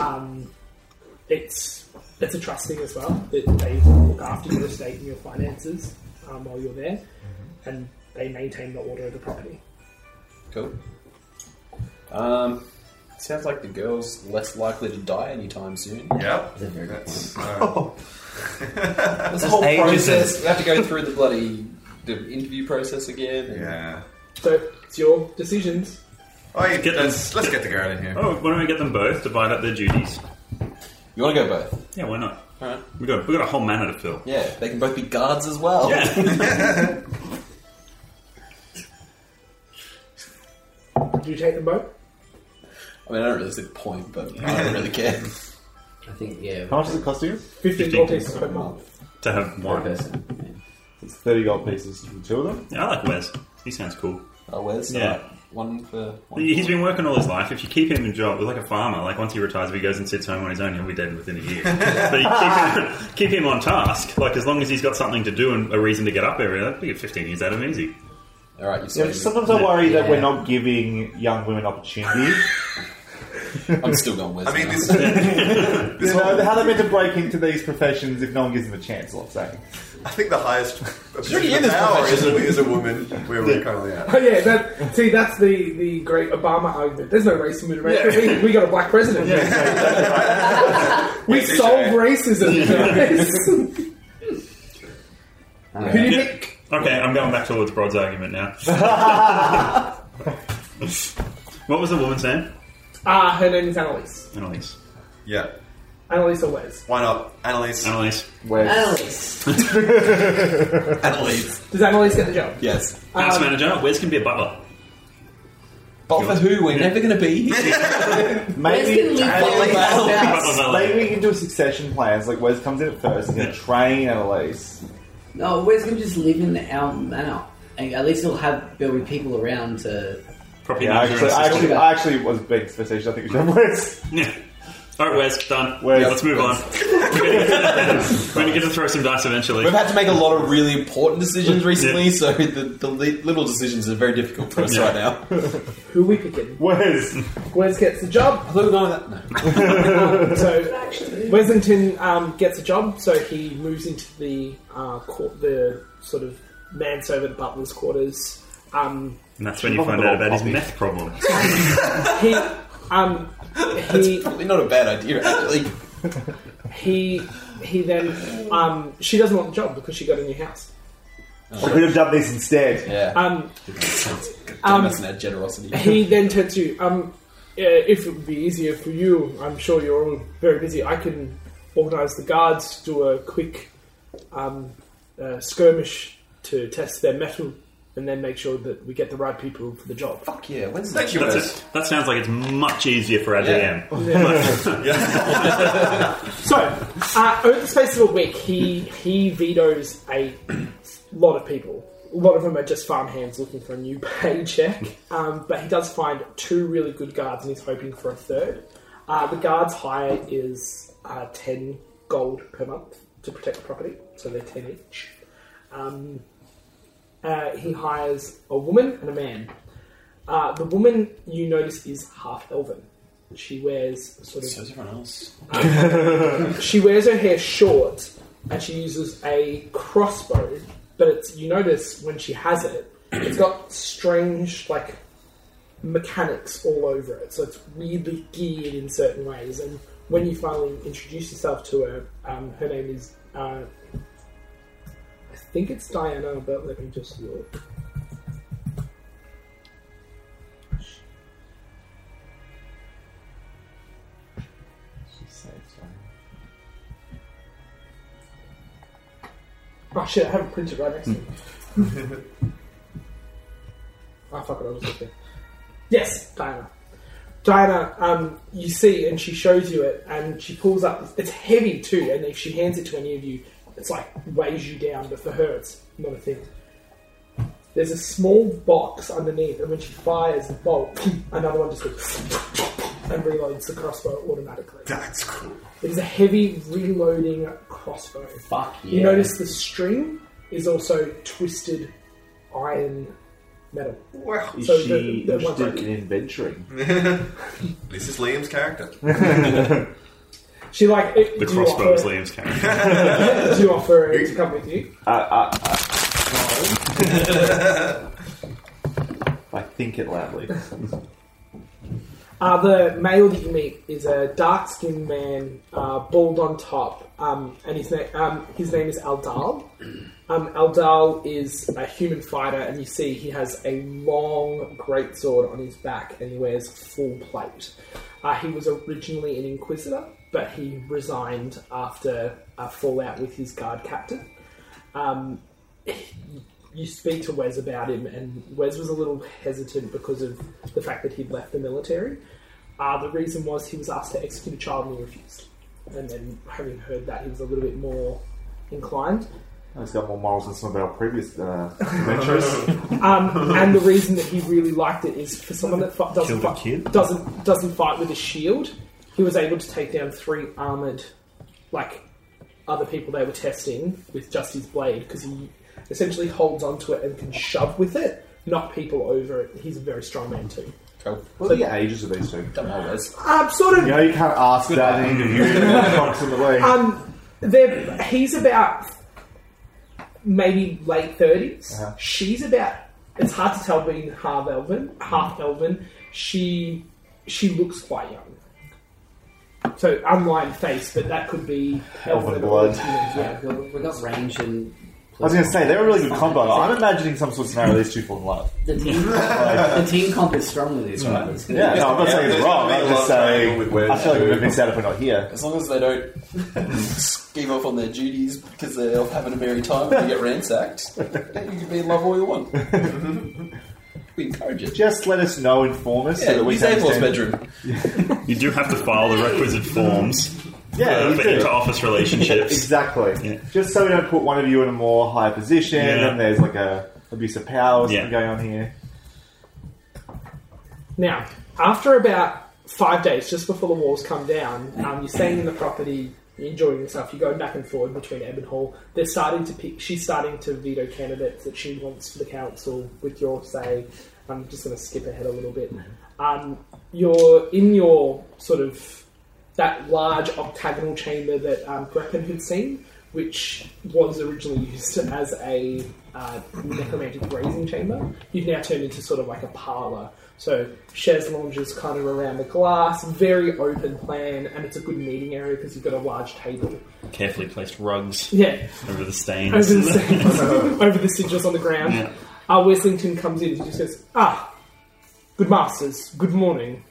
Um, it's it's a trust thing as well that they look after your estate and your finances um, while you're there, and they maintain the order of the property. Cool. Um, sounds like the girl's less likely to die anytime soon. Yep. That's a very good point. That's, uh, This whole ages. process, we have to go through the bloody the interview process again. and- yeah. So it's your decisions. Oh, yeah, Get them- let's, let's get the girl in here. Oh, why don't we get them both, divide up their duties? You want to go both? Yeah, why not? Alright. we got, we got a whole manor to fill. Yeah, they can both be guards as Oh. well. Yeah. Do you take them both? I mean, I don't really see the point, but I don't really care. I think, yeah, How much does it cost you? 15 gold 15 pieces per per month. month. to have Per one. person. yeah. It's 30 gold pieces for the two of them. Yeah, I like Wes. He sounds cool. Oh, where's Yeah. alright, one for one? He's been working all his life. If you keep him in a job, like a farmer, like once he retires, if he goes and sits home on his own, he'll be dead within a year. but you keep him, keep him on task. Like as long as he's got something to do and a reason to get up every day, we get 15 years out of him easy. All right, you Yeah, say. but sometimes I worry that Yeah. we're not giving young women opportunity. I'm still going with. I mean, this, you know, how are they meant to break into these professions if no one gives them a chance, I'm saying? I think the highest Pretty in position this of power is profession. a, is a woman where we're currently at. Oh yeah, that see that's the, the great Obama argument. There's no racism in America. We, we got a black president. we solve racism. guys. Who do you think? Okay, I'm going back towards Brod's argument now. what was the woman's name? Ah, her name is Annalise. Annalise. Yeah. Annalise or Wes. Why not? Annalise. Annalise. Annalise. Annalise. Does Annalise get the job? Yes. House Um, manager. Wes can be a butler. But for who? We're never going to be. Maybe, Butler valet. maybe we can do succession plans. Like, Wes comes in at first and then Yeah. train Annalise. No, Wes can just live in our manor. And At least he'll have there'll be people around to. Property Yeah, manager. actually, and I assistant. actually, I actually was being facetious. I think we should have Wes. Yeah. All right, Wes, done. Wes. Let's move on. We're going to get to throw some dice eventually. We've had to make a lot of really important decisions recently, so the, the li- little decisions are very difficult for us Yeah. right now. Who are we picking? Where's Wes gets the job. I thought we were going with that. No. So Wesington um, gets a job, so he moves into the uh, court, the sort of manservant butler's quarters. Um, And that's when you find out about his meth problem. he um, he Probably not a bad idea, actually. he he then um, she doesn't want the job because she got a new house. I could have done this instead. Yeah. Uh, Um, um, Damn us and our generosity. he then turns to you, um, uh, if it would be easier for you, I'm sure you're all very busy. I can organise the guards, do a quick um, uh, skirmish to test their metal, and then make sure that we get the right people for the job. Fuck yeah, when's that? That's it. That sounds like it's much easier for our DM. So, uh, over the space of a week, he he vetoes a lot of people. A lot of them are just farmhands looking for a new paycheck. Um, but he does find two really good guards, and he's hoping for a third. Uh, the guard's hire is uh, ten gold per month to protect the property, so they're ten each. Um, uh, he hires a woman and a man. Uh, the woman you notice is half elven. She wears sort of So is everyone else. she wears her hair short and she uses a crossbow, but it's you notice when she has it, it's got strange like mechanics all over it. So it's weirdly geared in certain ways. And when you finally introduce yourself to her, um, her name is uh, I think it's Diana, but let me just look. Oh shit, I haven't printed right next to me. Hmm. oh fuck it, I was looking. Yes, Diana. Diana, um, you see, and she shows you it, and she pulls up. It's heavy too, and if she hands it to any of you, it's like weighs you down. But for her, it's not a thing. There's a small box underneath, and when she fires the bolt, another one just goes and reloads the crossbow automatically. That's cool. It is a heavy reloading crossbow. Fuck yeah. You notice the string is also twisted iron metal. Wow. Is So she the- the one interested right- in adventuring? This is Liam's character. She like it, The do you crossbow is offer- Liam's character. Do you offer her to come with you? I think it loudly. Uh, the male that you meet is a dark-skinned man, uh, bald on top, um, and his, na- um, his name is Aldal. Um, Aldal is a human fighter, and you see he has a long greatsword on his back, and he wears full plate. Uh, he was originally an inquisitor, but he resigned after a fallout with his guard captain. Um, you speak to Wes about him, and Wes was a little hesitant because of the fact that he'd left the military. Uh, the reason was he was asked to execute a child and he refused. And then, having heard that, he was a little bit more inclined. He's got more morals than some of our previous uh, adventurers. Um, and the reason that he really liked it is for someone that fi- doesn't, Killed a fi- kid? doesn't doesn't fight with a shield, he was able to take down three armored, like other people they were testing with just his blade because he essentially holds onto it and can shove with it, knock people over. He's a very strong man too. Cool. What are the ages of these two? Don't know those. Um, sort of. You know, you can't ask that in an interview approximately. Um, they're- he's about maybe late 30s. Uh-huh. She's about. It's hard to tell being half elven. Mm-hmm. Half elven. She she looks quite young. So unlined face, but that could be Elven or blood. human, yeah. we got range and. I was going to say, they're a really good combo. I'm imagining some sort of scenario these two fall in love. The team, the team comp is strong with these, right? It's gonna Yeah, be- no, I'm not Yeah, saying it's there's wrong. gonna I'm be a just lot of triangle saying, with where I feel like to- we're going to miss out if we're not here. As long as they don't scheme off on their duties because they're off having a merry time and they get ransacked, then you can be in love all you want. we encourage it. Just let us know, inform us, so Yeah, that we use can Avor's understand. bedroom. You do have to file the requisite forms Yeah, uh, you for do. inter-office relationships. Exactly. Just so we don't put one of you in a more high position Yeah. and there's like a abuse of power or something Yeah. going on here. Now, after about five days just before the walls come down. Um, you're staying in the property, you're enjoying yourself. You're going back and forward between Ebon Hall. They're starting to pick. She's starting to veto candidates that she wants for the council. With your say, I'm just going to skip ahead a little bit. Um, you're in your sort of that large octagonal chamber that um, Greppen had seen, which was originally used as a uh, necromantic grazing chamber, you've now turned into sort of like a parlour. So chaise lounges kind of around the glass, very open plan, and it's a good meeting area because you've got a large table. Carefully placed rugs Yeah, over the over stains. the, sigils, over the sigils on the ground. Yeah. Uh, Weslington comes in and just says, Ah, good masters, good morning.